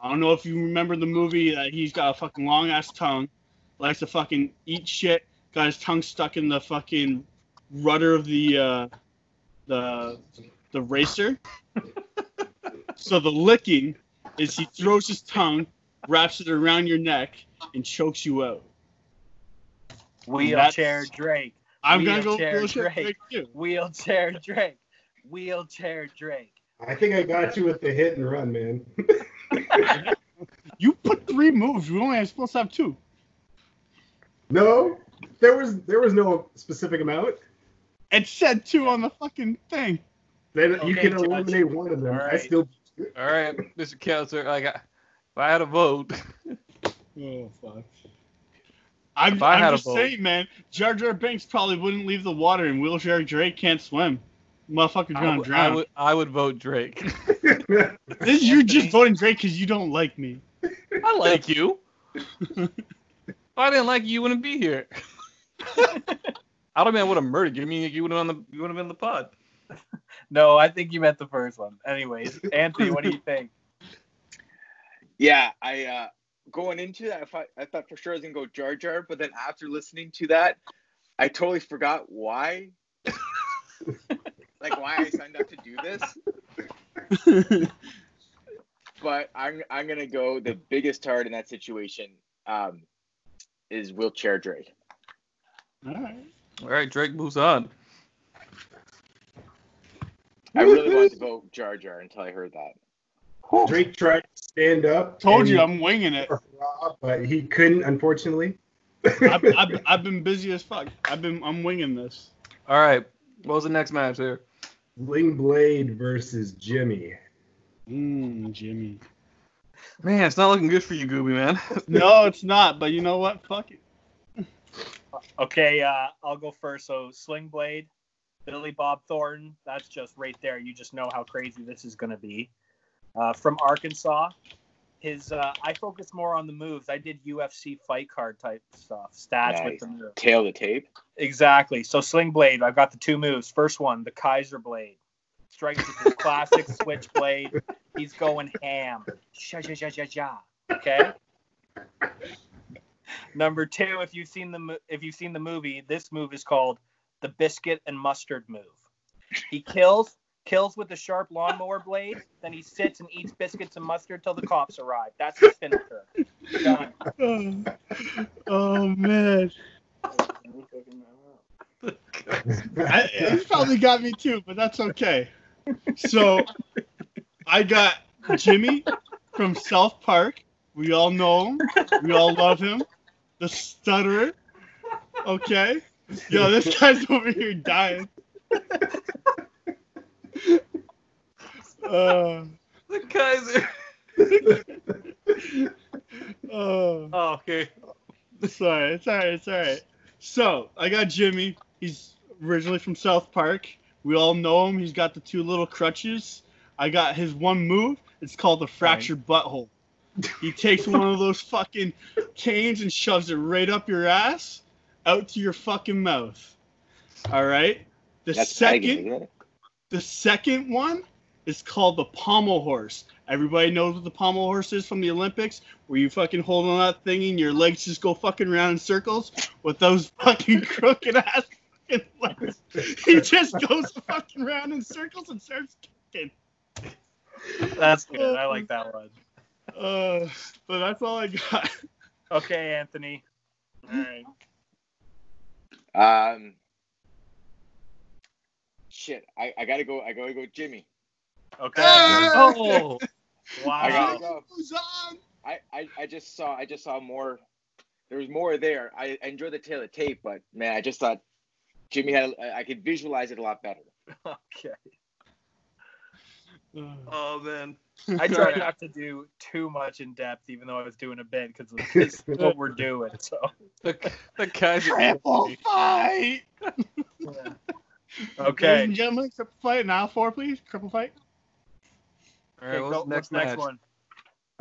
S5: I don't know if you remember the movie that he's got a fucking long ass tongue, likes to fucking eat shit, got his tongue stuck in the fucking rudder of the uh, the the racer. so the licking is he throws his tongue, wraps it around your neck, and chokes you out.
S2: Wheelchair
S5: That's-
S2: Drake.
S5: I'm gonna go
S2: Wheelchair Drake.
S5: bullshit Drake too.
S2: Wheelchair Drake. Wheelchair Drake.
S3: I think I got you with the hit and run, man.
S5: You put three moves. We only are supposed to have two.
S3: no, there was there was no specific amount.
S5: It said two on the fucking thing.
S3: Then
S2: Okay,
S3: you can
S2: Judge.
S3: eliminate one of them.
S2: All
S3: I
S2: right.
S3: still
S4: All right, Mr. Counselor, like I, if I had a vote,
S5: Oh fuck. I'm,
S4: If I
S5: I'm
S4: had a
S5: just
S4: boat.
S5: saying, man. Jar Jar Binks probably wouldn't leave the water, and wheelchair Drake can't swim. Motherfucker's
S4: I,
S5: gonna
S4: w- I
S5: drown.
S4: would I would vote Drake.
S5: This you're just
S2: Anthony.
S5: voting Drake because you don't like me.
S4: I like you. if I didn't like you, you wouldn't be here. I don't mean I would have murdered you. I mean you would have on the you would have been on the pod.
S2: No, I think you meant the first one. Anyways, Anthony, what do you think?
S7: Yeah, I uh, going into that, I thought, I thought for sure I was gonna go Jar Jar, but then after listening to that, I totally forgot why. like why I signed up to do this. but I'm I'm gonna go the biggest tard in that situation um, is wheelchair Drake.
S5: All right.
S4: All right, Drake moves on.
S7: I really wanted to vote Jar Jar until I heard that.
S3: Drake tried to stand up.
S5: Told you,
S3: and-
S5: I'm winging it.
S3: but he couldn't, unfortunately.
S5: I've, I've, I've been busy as fuck. I've been I'm winging this.
S4: All right, what was the next match there?
S3: Ling Blade versus Jimmy.
S5: Mmm, Jimmy.
S4: Man, it's not looking good for you, Gooby man.
S5: No, it's not. But you know what? Fuck it.
S2: Okay, uh, I'll go first. So, Sling Blade, Billy Bob Thornton. That's just right there. You just know how crazy this is going to be. Uh, from Arkansas, his uh, I focused more on the moves. I did UFC fight card type stuff, stats with
S7: Nice.
S2: the moves.
S7: Tail the tape.
S2: Exactly. So Sling Blade, I've got the two moves. First one, the Kaiser Blade. Strikes with his classic switch blade. He's going ham. Sha sha sha sha sha. Okay. Number two, if you've seen the mo- if you've seen the movie, this move is called the biscuit and mustard move. He kills kills with the sharp lawnmower blade. Then he sits and eats biscuits and mustard till the cops arrive. That's his finisher. Done.
S5: Oh, oh, man, I, he probably got me too, but that's okay. So I got Jimmy from South Park. We all know him. We all love him. The stutterer. Okay. Yo, this guy's over here dying. Uh,
S4: the Kaiser.
S5: uh,
S4: Oh, okay.
S5: It's alright, it's alright, it's alright. So, I got Jimmy. He's originally from South Park. We all know him. He's got the two little crutches. I got his one move. It's called the fractured butthole. He takes one of those fucking canes and shoves it right up your ass, out to your fucking mouth. Alright? The
S7: That's
S5: second
S7: pegging, isn't it?
S5: the second one is called the pommel horse. Everybody knows what the pommel horse is from the Olympics, where you fucking hold on that thing and your legs just go fucking around in circles with those fucking crooked ass fucking legs. He just goes fucking around in circles and starts kicking.
S2: That's good. I like that one.
S5: Uh, but that's all I got.
S2: Okay, Anthony. All right.
S7: Um, shit, I, I gotta go. I gotta go, Jimmy.
S2: Okay.
S5: Ah!
S2: Oh.
S5: Uh-huh.
S7: I gotta
S2: Wow.
S7: go.
S5: Who's on?
S7: I, I, I just saw I just saw more. There was more there. I, I enjoyed the tail of tape, but man, I just thought Jimmy had. I- I could visualize it a lot better.
S2: Okay.
S5: Uh,
S4: Oh man.
S2: I tried not to do too much in depth, even though I was doing a bit because it's what we're doing. So.
S4: The, the Kaiser.
S5: Triple fight. Ladies
S2: Okay.
S5: and gentlemen, triple fight now four, please. Triple fight.
S4: All
S2: Okay,
S4: right,
S2: go-
S4: what's
S2: what's
S4: the next,
S2: the next
S4: match?
S2: one?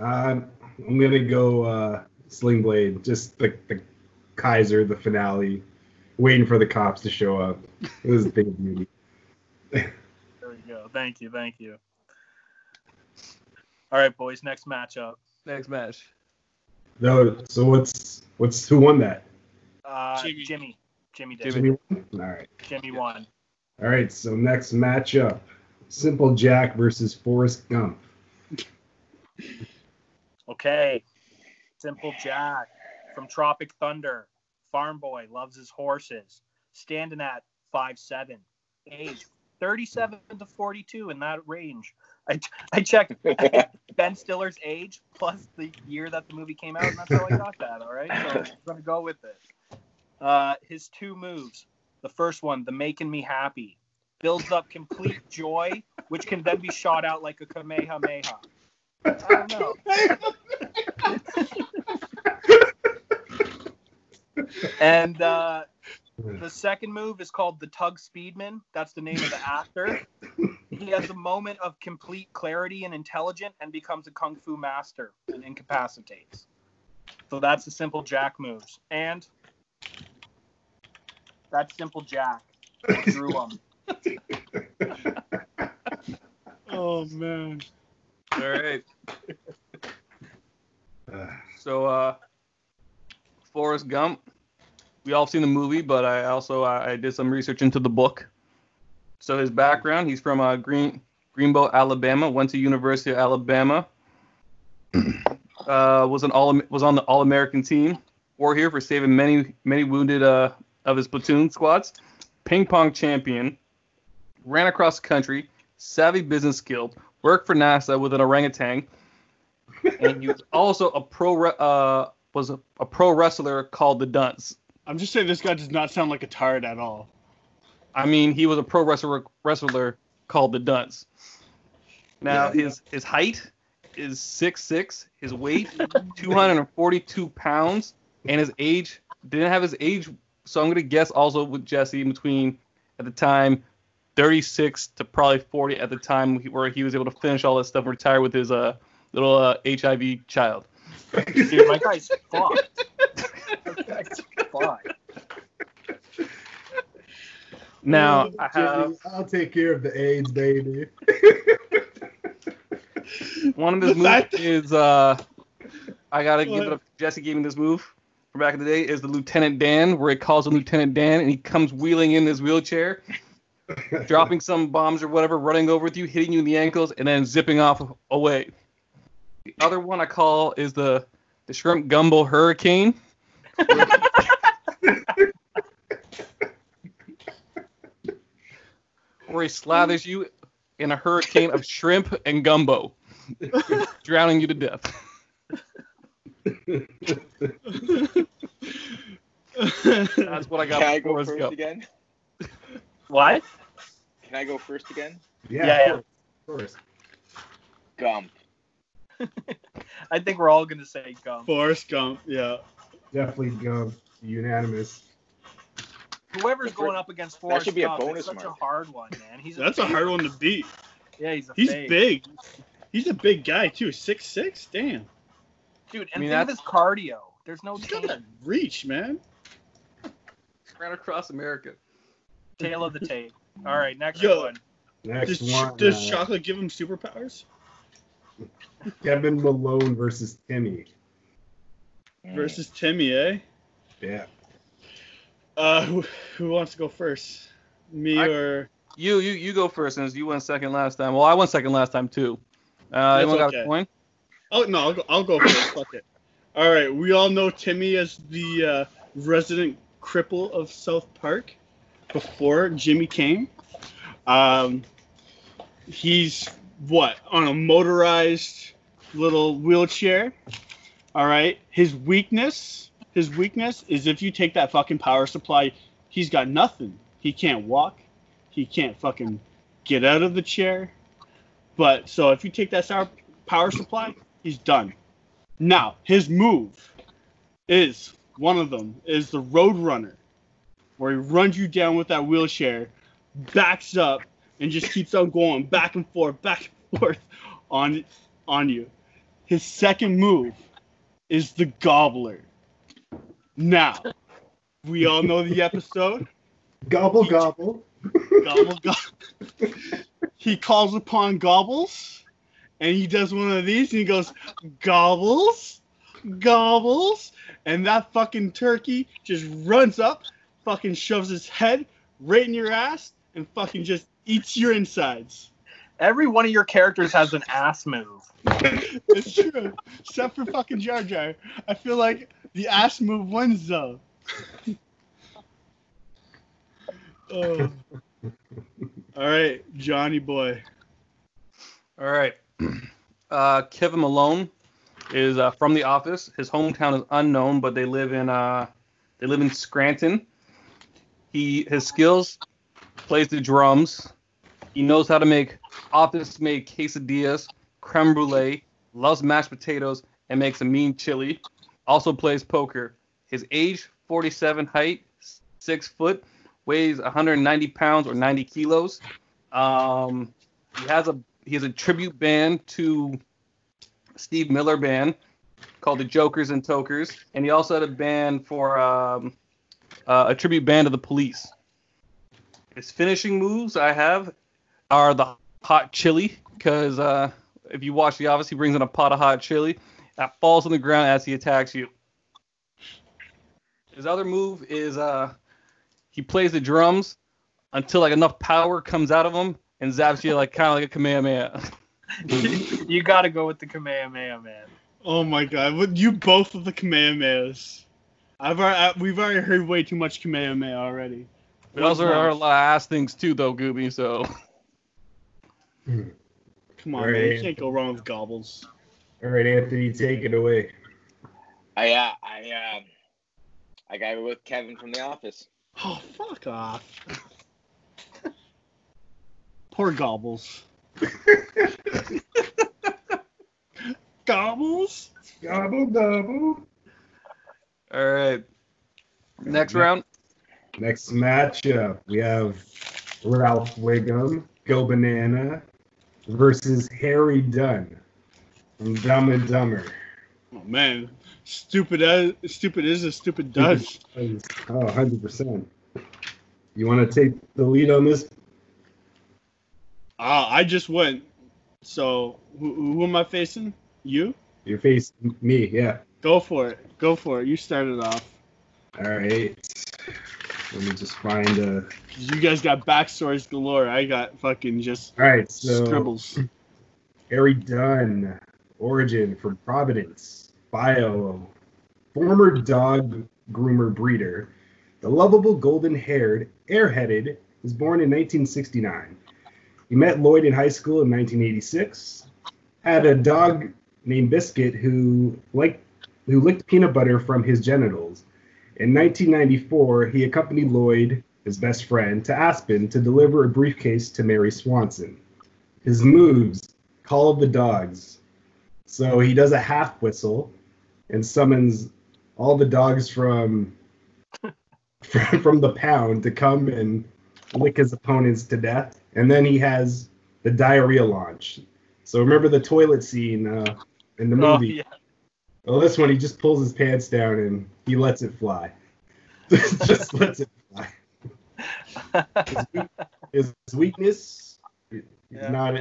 S3: Um, I'm gonna go uh, Sling Blade, just the, the Kaiser, the finale, waiting for the cops to show up. It was a thing of beauty.
S2: There we go. Thank you. Thank you. All right, boys. Next matchup.
S4: Next match.
S3: No, so what's what's who won that?
S2: Uh,
S5: Jimmy.
S2: Jimmy. Jimmy. Jimmy did. Jimmy,
S4: Jimmy.
S3: Jimmy. All right,
S2: won.
S3: all right. So next matchup, Simple Jack versus Forrest Gump.
S2: Okay. Simple Jack from Tropic Thunder. farm boy, loves his horses, standing at five seven, age thirty seven to forty two in that range. I, I checked Ben Stiller's age plus the year that the movie came out, and that's how I got that. All right, so I'm gonna go with it. Uh, his two moves. The first one, the making me happy, builds up complete joy, which can then be shot out like a kamehameha. I don't know. And uh,
S5: Hmm.
S2: the second move is called the Tug Speedman. That's the name of the actor. He has a moment of complete clarity and intelligence and becomes a kung fu master and incapacitates. So that's the simple Jack moves. And that's simple Jack. Drew 'em.
S5: Oh man.
S4: All right.
S3: Uh,
S4: So, uh, Forrest Gump. We all seen the movie, but I also I, I did some research into the book. So his background, he's from uh, Green Greenbow, Alabama. Went to University of Alabama. Uh, was an all was on the All American team. War here for saving many many wounded uh, of his platoon squads. Ping pong champion. Ran across the country. Savvy business skilled. Worked for NASA with an orangutan and he was also a pro re- uh was a, a pro wrestler called the Dunce.
S5: I'm just saying this guy does not sound like a tard at all.
S4: I mean, he was a pro wrestler wrestler called the Dunce. Now
S7: Yeah.
S4: his his height is six six, his weight two hundred and forty two pounds, and his age didn't have his age, so I'm gonna guess also with Jesse in between at the time. 36 to probably 40 at the time where he was able to finish all that stuff and retire with his uh, little uh, HIV child.
S2: Dude, my guy's fucked. My guy's fucked.
S4: Now,
S3: Jimmy,
S4: I have
S3: I'll take care of the AIDS, baby.
S4: One of his
S5: The fact-
S4: moves is uh, I gotta give
S5: What?
S4: it up. Jesse gave me this move from back in the day is the Lieutenant Dan, where he calls him Lieutenant Dan and he comes wheeling in his wheelchair, dropping some bombs or whatever, running over with you, hitting you in the ankles, and then zipping off away. The other one I call is the the shrimp gumbo hurricane. where he slathers you in a hurricane of shrimp and gumbo, drowning you to death. That's what I got.
S7: Can
S4: for
S7: I go
S4: Forrest
S7: first
S4: Gump.
S7: again?
S2: What?
S7: Can I go first again?
S3: Yeah,
S2: Yeah, yeah.
S3: Of, course,
S7: Gump.
S2: I think we're all gonna say gum.
S5: Forrest Gump, yeah.
S3: Definitely Gump. Unanimous.
S2: Whoever's going up against Forrest
S7: should be a
S2: Gump,
S7: bonus
S2: it's such
S7: mark.
S2: a hard one, man. He's a
S5: That's a
S2: big-
S5: hard one to beat.
S2: Yeah, he's a
S5: He's
S2: fake.
S5: big. He's a big guy too. Six six? Damn.
S2: dude. And
S4: I mean,
S2: think of his cardio. Theresh no
S5: He's got that
S2: chain.
S5: reach, man.
S4: Ran across America.
S2: tail of the tape. All right, next
S5: Yo.
S2: one.
S3: Next
S5: Does, ch-
S3: one.
S5: does
S3: uh,
S5: chocolate give him superpowers?
S3: Kevin Malone versus Timmy.
S5: Versus Timmy, eh?
S3: Yeah.
S5: Uh, who, who wants to go first? Me
S4: I-
S5: or
S4: You, you, you go first, since you won second last time. Well, I won second last time too. Uh,
S5: That's
S4: anyone got
S5: okay.
S4: a coin?
S5: oh no, I'll go. I'll go first. Fuck it. All right, we all know Timmy as the uh, resident cripple of South Park before Jimmy came. Um, he's what on a motorized little wheelchair. All right, his weakness, his weakness is if you take that fucking power supply, he's got nothing. He can't walk. He can't fucking get out of the chair. But so if you take that sour power supply, he's done. Now his move is one of them is the Road Runner, where he runs you down with that wheelchair, backs up, and just keeps on going back and forth, back and forth on on you. His second move is the Gobbler. Now we all know the episode
S3: Gobble
S5: He-
S3: gobble.
S5: gobble gobble. he calls upon gobbles and he does one of these and he goes gobbles gobbles and that fucking turkey just runs up fucking shoves his head right in your ass and fucking just eats your insides
S2: Every one of your characters has an ass move.
S5: it's true except for fucking jar jar i feel like the ass move wins though Oh. All right, Johnny boy.
S4: All right. Uh, Kevin Malone is uh, from The Office. His hometown is unknown, but they live in uh, they live in Scranton. He his skills plays the drums. He knows how to make office-made quesadillas, creme brulee, loves mashed potatoes, and makes a mean chili. Also plays poker. His age, 47, height, six foot, weighs 190 pounds or 90 kilos. Um, he has a he has a tribute band to Steve Miller band called the Jokers and Tokers, and he also had a band for um, uh, a tribute band to the Police. His finishing moves I have are the hot chili because uh, if you watch The Office, he brings in a pot of hot chili that falls on the ground as he attacks you. His other move is uh, he plays the drums until like enough power comes out of him and zaps you like kind of like a Kamehameha.
S2: you got to go with the Kamehameha, man.
S5: Oh my god, with you both of the Kamehamehas. I've already, we've already heard way too much Kamehameha already.
S4: But also are a lot of ass things too, though, Gooby. So
S5: Come on,
S3: All
S5: man, you
S3: right.
S5: can't go wrong with gobbles.
S3: All right, Anthony, take it away.
S7: I uh, I um, I got it with Kevin from the office.
S5: Oh, fuck off. Poor Gobbles. Gobbles?
S3: Gobble gobble.
S4: all right, next round.
S3: Next matchup, we have Ralph Wiggum, Go Banana, versus Harry Dunn from Dumb and Dumber.
S5: Oh, man. Stupid, as, stupid is as stupid does.
S3: Oh, 100%. You want to take the lead on this?
S5: Ah, I just went. So, who, who am I facing? You?
S3: Your face, me, yeah.
S5: Go for it. Go for it. You started off.
S3: All right. Let me just find a.
S5: You guys got backstories galore. I got fucking just
S3: All right, so.
S5: scribbles.
S3: Harry Dunn, origin from Providence, bio, former dog groomer breeder. The lovable golden haired, airheaded, was born in 1969. He met Lloyd in high school in 1986. Had a dog named Biscuit who liked, who licked peanut butter from his genitals. In 1994, he accompanied Lloyd, his best friend, to Aspen to deliver a briefcase to Mary Swanson. His moves call of the dogs. So he does a half whistle and summons all the dogs from from, from the pound to come and lick his opponents to death. And then he has the diarrhea launch. So remember the toilet scene uh, in the
S2: Oh,
S3: movie.
S2: yeah.
S3: Well, this one he just pulls his pants down and he lets it fly. just lets it fly. His, weak- his weakness, he's
S2: Yeah.
S3: not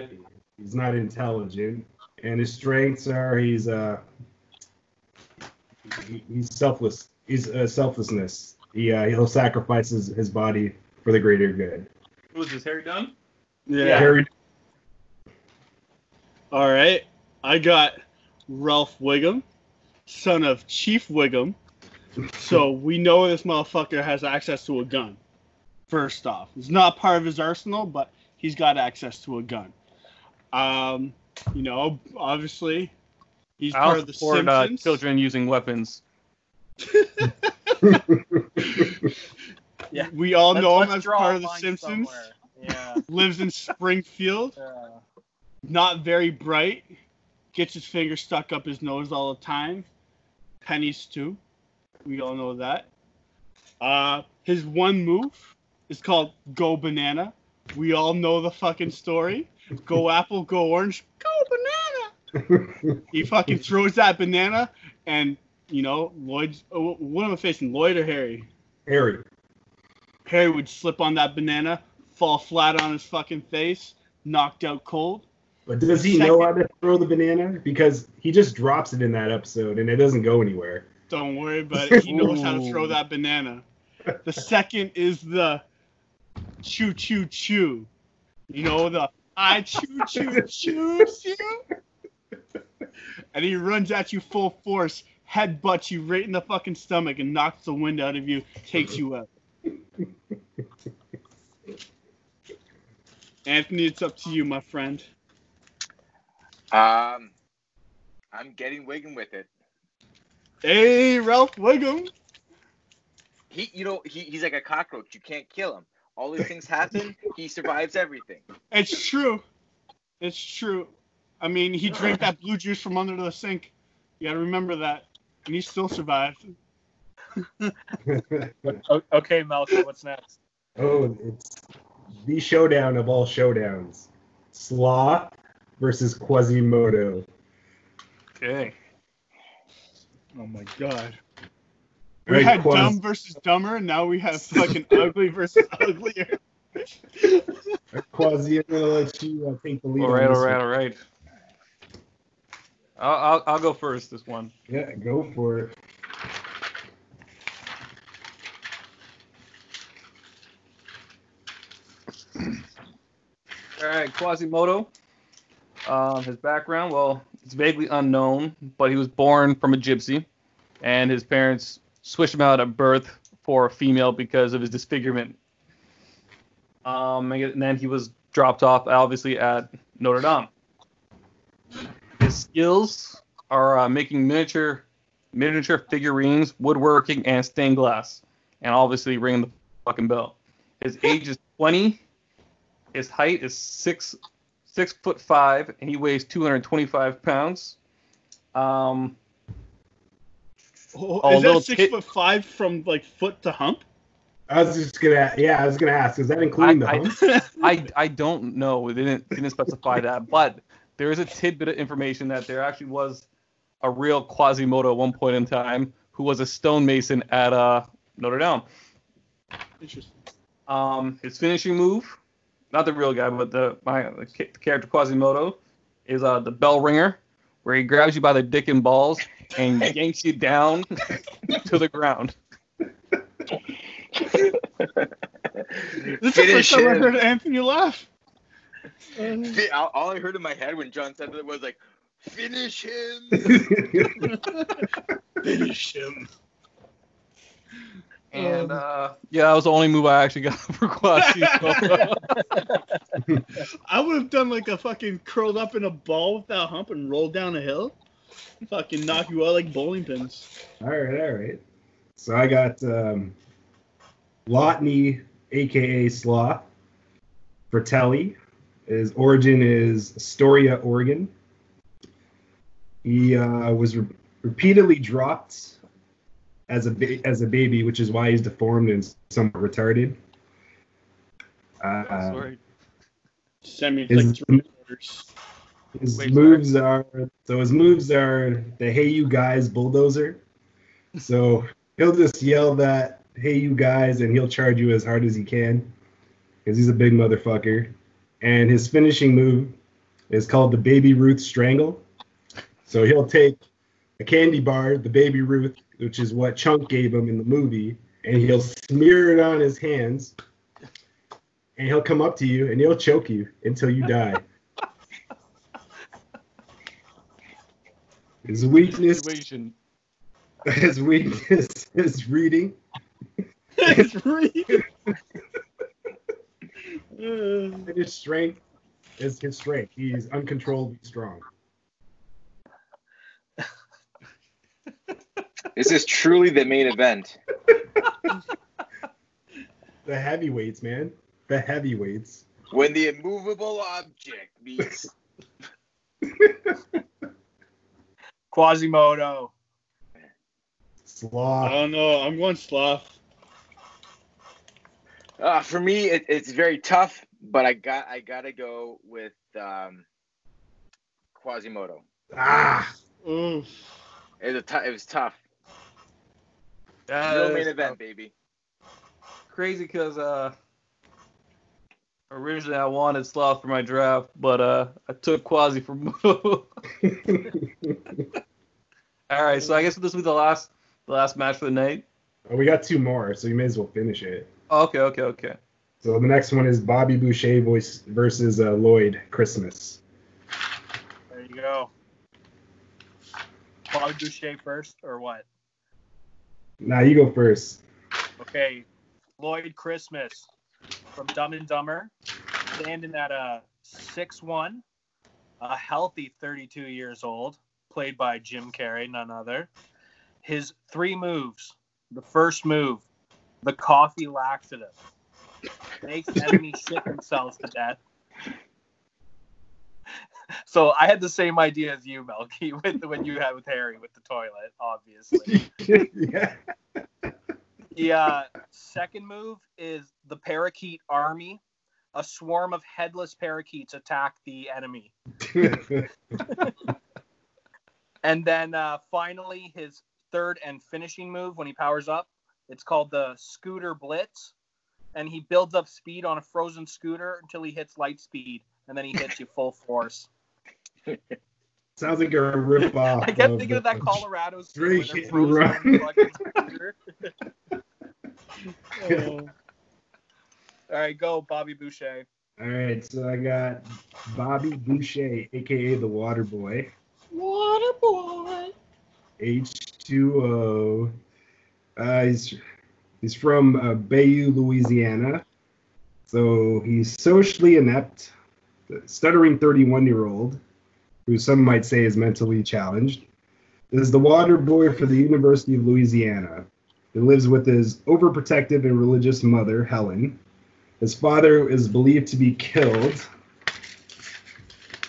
S3: he's not intelligent, and his strengths are he's uh he- he's selfless. He's uh, selflessness. He uh, he'll sacrifice his, his body for the greater good.
S4: Who is this? Harry Dunn.
S5: yeah.
S3: Harry,
S5: All right. I got Ralph Wiggum, son of Chief Wiggum. So we know this motherfucker has access to a gun. First off, it's not part of his arsenal, but he's got access to a gun. Um, you know, obviously, he's
S4: I
S5: part
S4: also
S5: of the
S4: support
S5: Simpsons.
S4: uh, children using weapons.
S2: Yeah.
S5: We all
S2: Let's-
S5: know him
S2: let's
S5: as
S2: draw
S5: Oh, part
S2: a
S5: of the
S2: line
S5: Simpsons.
S2: somewhere. Yeah.
S5: Lives in Springfield.
S2: yeah. uh,
S5: not very bright, gets his finger stuck up his nose all the time. Pennies too. We all know that. Uh, his one move is called Go Banana. We all know the fucking story. Go apple, go orange, go banana. he fucking throws that banana, and you know Lloyd's. Oh, what am I facing, Lloyd or Harry?
S3: Harry,
S5: Harry would slip on that banana, fall flat on his fucking face, knocked out cold.
S3: but does he know how to throw the banana? Because he just drops it in that episode and it doesn't go anywhere.
S5: Don't worry about it. He knows how to throw
S4: Ooh.
S5: that banana. The second is the choo choo choo. You know the I choo choo choo choo. And he runs at you full force, headbutts you right in the fucking stomach and knocks the wind out of you, takes you out. Anthony, it's up to you, my friend.
S7: Um, I'm getting Wiggin with it.
S5: Hey, Ralph Wiggum.
S7: He, you know, he, he's like a cockroach. You can't kill him. All these things happen. He survives everything.
S5: It's true. It's true. I mean, he drank that blue juice from under the sink. You got to remember that. And he still survived.
S4: O- Okay, Malcolm, what's next?
S3: oh, it's the showdown of all showdowns. Sloth versus Quasimodo.
S4: Okay.
S5: Oh my god. We
S3: Right,
S5: had
S3: Quas-
S5: dumb versus dumber, and now we have fucking ugly versus uglier.
S3: Quasi, I'm gonna let you uh, take the lead.
S4: All
S3: on
S4: right,
S3: this
S4: all right,
S3: one.
S4: all right. I'll, I'll, I'll go first this one.
S3: Yeah, go for it.
S4: All right, Quasimodo. Um, his background, well, it's vaguely unknown, but he was born from a gypsy, and his parents switched him out at birth for a female because of his disfigurement. Um, and then he was dropped off, obviously, at Notre Dame. His skills are uh, making miniature, miniature figurines, woodworking, and stained glass, and obviously ringing the fucking bell. His age is 20. His height is six six foot five, and he weighs 225 pounds. Um,
S5: Oh,
S4: Oh,
S5: is that
S4: little
S5: six
S4: kid-
S5: foot five from like foot to hump?
S3: I was just gonna, yeah, I was gonna ask, is that including the
S4: I-
S3: hump?
S4: I, I don't know. It didn't didn't specify that, but there is a tidbit of information that there actually was a real Quasimodo at one point in time who was a stonemason at uh, Notre Dame.
S5: Interesting.
S4: Um, his finishing move, not the real guy, but the my the ca- character Quasimodo, is uh, the bell ringer, where he grabs you by the dick and balls and yanks you down to the ground.
S5: This is the first
S7: Finish
S5: time I
S7: him.
S5: heard Anthony laugh.
S7: Fi- All, all I heard in my head when John said that was like, "Finish him."
S5: Finish him.
S4: And uh, yeah, that was the only move I actually got for Quasimodo.
S5: I would have done like a fucking curled up in a ball with that hump and rolled down a hill. Fucking knock you out like bowling pins.
S3: all right, all right. So I got um, Lotney, aka Sloth. Fratelli. His origin is Astoria, Oregon. He uh, was re- repeatedly dropped as a ba- as a baby, which is why he's deformed and somewhat retarded. Uh,
S4: Sorry.
S5: Send me
S3: Is-
S5: like three orders.
S3: His
S4: Wait,
S3: moves are so his moves are the hey you guys bulldozer. So he'll just yell that hey you guys and he'll charge you as hard as he can because he's a big motherfucker. And his finishing move is called the Baby Ruth Strangle. So he'll take a candy bar, the Baby Ruth, which is what Chunk gave him in the movie, and he'll smear it on his hands. And he'll come up to you and he'll choke you until you die. His weakness
S4: Situation.
S3: his weakness is reading.
S5: It's real. Uh,
S3: and His strength is his strength. He's uncontrollably strong.
S7: this is truly the main event.
S3: The heavyweights, man. The heavyweights.
S7: When the immovable object meets
S2: Quasimodo.
S5: I
S3: Sloth.
S5: don't know. I'm going sloth.
S7: Uh, for me, it, it's very tough, but I got I gotta go with um, Quasimodo.
S3: Ah.
S5: Ooh.
S7: It was, t- it was tough.
S4: Uh,
S7: Real main event, baby.
S4: crazy because uh, originally I wanted Sloth for my draft, but uh, I took Quasi for Moto. All right, so I guess this will be the last the last match for the night.
S3: Oh, we got two more, so you may as well finish it.
S4: Okay, okay, okay.
S3: So the next one is Bobby Boucher voice versus uh, Lloyd Christmas.
S2: There you go. Bobby Boucher first or what?
S3: Nah, you go first.
S2: Okay, Lloyd Christmas from Dumb and Dumber, standing at a six-one, a healthy 32 years old, played by Jim Carrey, none other. His three moves. The first move, the coffee laxative, makes enemy shit themselves to death. So I had the same idea as you, Melky, with when you had with Harry with the toilet, obviously.
S3: yeah.
S2: The uh, second move is the parakeet army. A swarm of headless parakeets attack the enemy. And then uh, finally, his third and finishing move when he powers up, it's called the Scooter Blitz. And he builds up speed on a frozen scooter until he hits light speed. And then he hits you full force.
S3: Sounds like a ripoff.
S2: I kept thinking of that Colorado scooter.
S3: Straight hit and
S2: frozen on a fucking scooter.
S5: Oh.
S3: All
S2: All right, go, Bobby Boucher.
S3: right, so I got Bobby Boucher, aka the Water Boy.
S5: Water boy.
S3: H2O. Uh, he's, he's from uh, Bayou, Louisiana. So he's socially inept, the stuttering 31 year old, who some might say is mentally challenged, is the water boy for the University of Louisiana. He lives with his overprotective and religious mother, Helen. His father is believed to be killed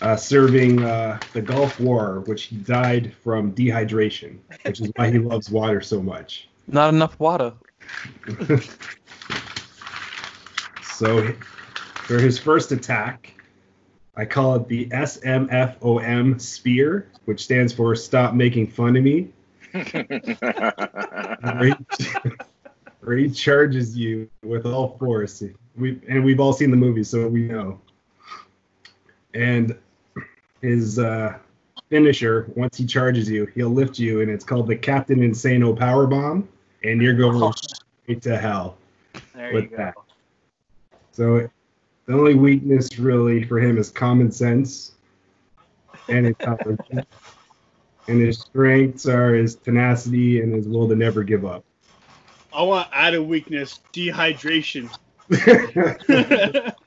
S3: uh, serving uh, the Gulf War, which he died from dehydration, which is why he loves water so much.
S4: Not enough water.
S3: So, for his first attack, I call it the SMFOM Spear, which stands for Stop Making Fun of Me. where he, where he Uh, charges you with all force. We and we've all seen the movie, so we know. And his uh, finisher, once he charges you, he'll lift you, and it's called the Captain Insano Power Bomb, and you're going straight to hell.
S2: There
S3: With
S2: you go.
S3: that. So the only weakness really for him is common sense and intelligence. and his strengths are his tenacity and his will to never give up.
S5: I want added weakness, dehydration.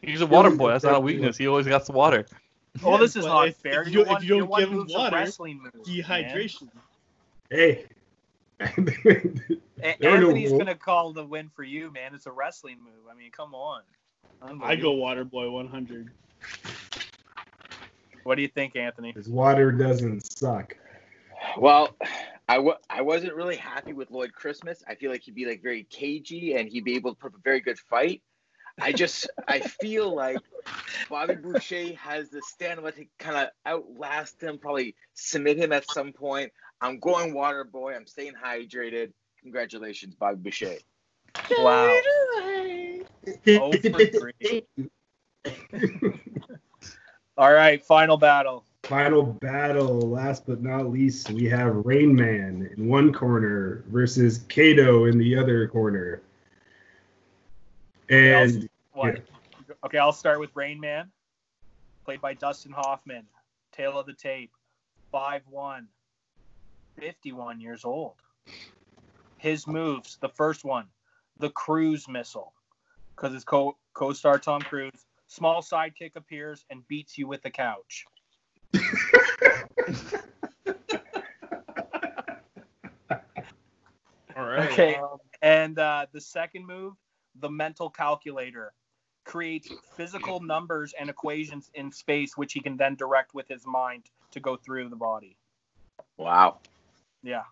S4: He's a water boy. That's not a weakness. He always got the water.
S2: Well, this is
S5: But
S2: not
S5: if-
S2: fair.
S5: If
S2: You,
S5: you,
S2: won,
S5: if you
S2: you
S5: don't
S2: won
S5: give him
S2: moves of
S5: water,
S2: wrestling moves, man.
S5: dehydration.
S3: hey.
S2: A-
S3: There are no
S2: Anthony's
S3: rules.
S2: gonna call the win for you, man. It's a wrestling move. I mean, come on.
S5: I
S2: Unbelievable.
S5: go water boy 100.
S2: What do you think, Anthony?
S3: his water doesn't suck.
S7: Well, I w- I wasn't really happy with Lloyd Christmas. I feel like he'd be like very cagey and he'd be able to put up a very good fight. I just I feel like Bobby Boucher has the stamina to kind of outlast him, probably submit him at some point. I'm going water boy. I'm staying hydrated. Congratulations, Bobby Boucher.
S2: Wow. Oh, for three. All right, final battle.
S3: Final battle, last but not least, we have Rain Man in one corner versus Kato in the other corner. And
S2: What? Okay, I'll start with Rain Man, played by Dustin Hoffman. Tail of the tape, 5'1", 51 years old. His moves, the first one, the cruise missile, because his co- co-star Tom Cruise, small sidekick appears and beats you with the couch.
S4: All right.
S2: Okay. And uh, the second move, the mental calculator, creates physical numbers and equations in space, which he can then direct with his mind to go through the body.
S7: Wow.
S2: Yeah.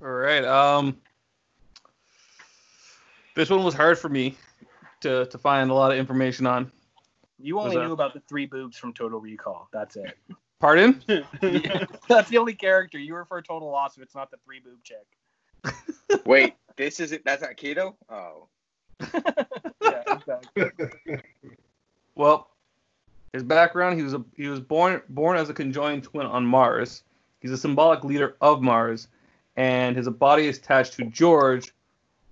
S4: All right. Um, this one was hard for me to to find a lot of information on.
S2: You only
S4: Was that-
S2: knew about the three boobs from Total Recall. That's it.
S4: Pardon?
S2: That's the only character. You were for a total loss if it's not the three boob chick.
S7: Wait, this isn't that's not keto? Oh.
S2: Yeah, exactly.
S4: Well, his background: he was a, he was born born as a conjoined twin on Mars. He's a symbolic leader of Mars, and his body is attached to George,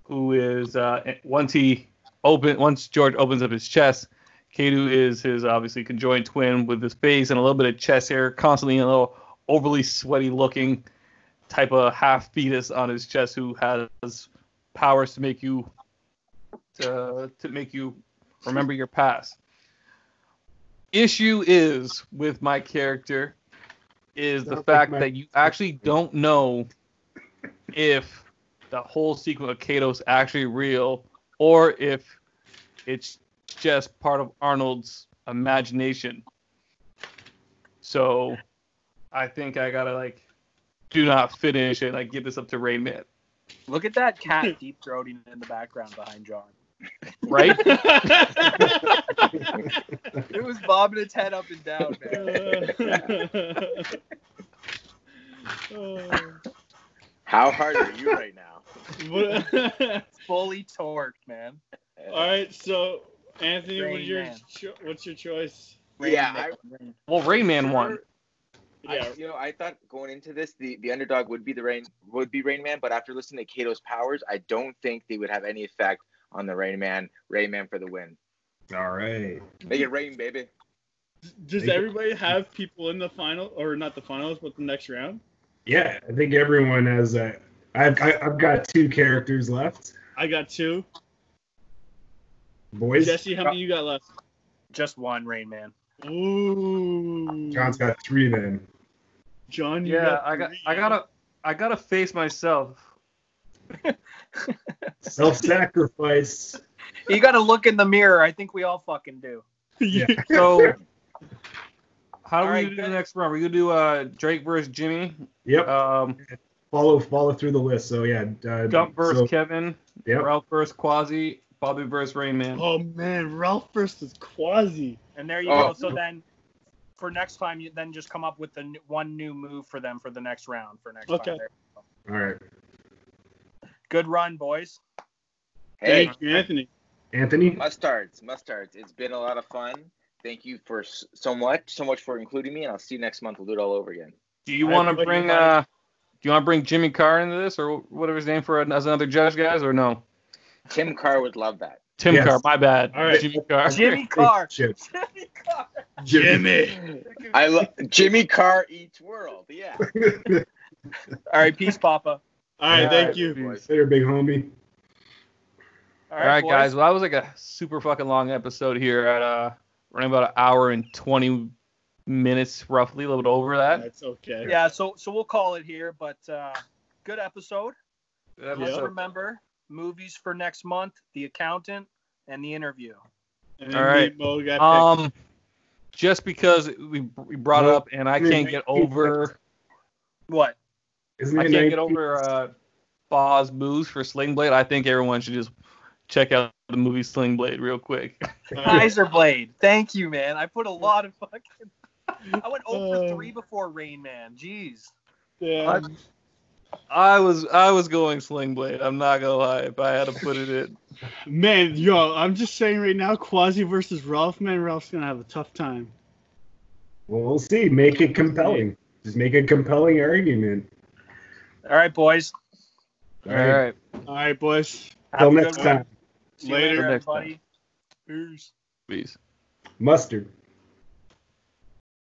S4: who is uh, once he open once George opens up his chest, Kadu is his obviously conjoined twin with his face and a little bit of chest hair, constantly a little overly sweaty looking, type of half fetus on his chest who has powers to make you to, to make you remember your past. Issue is with my character is the
S3: Don't
S4: fact
S3: make my-
S4: that you actually don't know if the whole sequence of Kato's actually real or if it's just part of Arnold's imagination. So I think I gotta like do not finish and like give this up to Rain Man,
S2: Look at that cat deep throating in the background behind John.
S4: right?
S2: It was bobbing its head up and down, man.
S7: How hard are you right now?
S5: What-
S2: Fully torqued, man.
S5: All right, so Anthony,
S2: Rain
S5: what's your
S2: Man.
S5: cho- what's your choice?
S7: Yeah, I-
S2: man.
S4: well, Rain Man won.
S5: Yeah,
S7: I, you know, I thought going into this, the, the underdog would be the rain would be Rain Man, but after listening to Kato's powers, I don't think they would have any effect on the Rain Man. Rain Man for the win.
S3: All right.
S7: Make it rain, baby.
S5: does
S3: Thank you.
S5: everybody have people in the final or not the finals, but the next round?
S3: Yeah, I think everyone has. A, I've I, I've got two characters left,
S5: I got two.
S3: boys.
S5: Jesse, how many you got left?
S2: Just one, Rain Man.
S5: Ooh,
S3: John's got three then.
S5: John, you
S4: Yeah, I got
S5: three.
S4: I gotta I gotta face myself.
S3: Self-sacrifice.
S2: You got to look in the mirror. I think we all fucking do.
S5: Yeah.
S4: So how
S2: All
S4: do we
S2: right,
S4: do the
S2: guys.
S4: next round? We're gonna do uh Drake versus Jimmy,
S3: Yep.
S4: um
S3: follow follow through the list. So yeah. Uh,
S4: Gump versus
S3: so-
S4: Kevin,
S3: Yep.
S4: Ralph versus Quasi, Bobby versus Rain Man.
S5: Oh man, Ralph versus Quasi.
S2: And there you
S7: Oh.
S2: go. So then, for next time, you then just come up with the n- one new move for them for the next round. For next time.
S5: Okay.
S2: There.
S3: All right,
S2: Good run, boys.
S7: Hey,
S5: Thank you, Anthony.
S3: Anthony.
S7: mustards, mustards. It's been a lot of fun. Thank you for s- so much, so much for including me, and I'll see you next month. We'll do it all over again.
S4: Do you
S5: I
S4: want to
S5: put
S4: bring
S5: you on-
S4: uh, do you want to bring Jimmy Carr into this or whatever his name for an- as another judge, guys, or no?
S7: Tim Carr would love that.
S4: Tim
S3: Yes.
S4: Carr, my bad.
S5: All right.
S4: Jimmy Carr.
S2: Jimmy Carr.
S3: Chip.
S2: Jimmy Carr.
S5: Jimmy.
S7: I love Jimmy Carr eats world. Yeah.
S2: All right, peace, Papa.
S5: All right,
S4: Yeah.
S5: thank you.
S7: Boys.
S3: Later, big homie.
S2: All
S4: All right,
S2: boys.
S4: guys. Well, that was like a super fucking long episode here at uh, running about an hour and 20 minutes, roughly, a little bit over that.
S5: That's okay.
S2: Yeah. So so we'll call it here, but uh, good episode.
S4: That
S5: Yeah.
S2: Let's
S4: episode-
S2: remember movies for next month, The Accountant, and The Interview.
S5: And
S4: All right.
S5: Mo got picked.
S4: Um, just because we, we brought it up and I can't get over,
S2: What?
S3: Isn't
S4: I
S3: it
S4: can't get
S3: 19?
S4: over uh, Boz Booze for Sling Blade. I think everyone should just check out the movie Sling Blade real quick.
S2: Kaiser Blade. Thank you, man. I put a lot of fucking. I went over
S5: Uh.
S2: three before Rain Man. Jeez.
S5: Yeah.
S4: I was I was going Sling Blade. I'm not gonna lie. If I had to put it in,
S5: Man, yo, I'm just saying right now, Quasi versus Ralph, man, Ralph's gonna have a tough time.
S3: Well, we'll see. Make it compelling. Just make a compelling argument.
S2: All right, boys.
S4: all right.
S5: All right, boys.
S3: Till
S2: Have a
S3: next
S2: good one.
S3: time.
S2: See you later,
S4: Later.
S2: everybody. Peace.
S4: Peace.
S3: Mustard.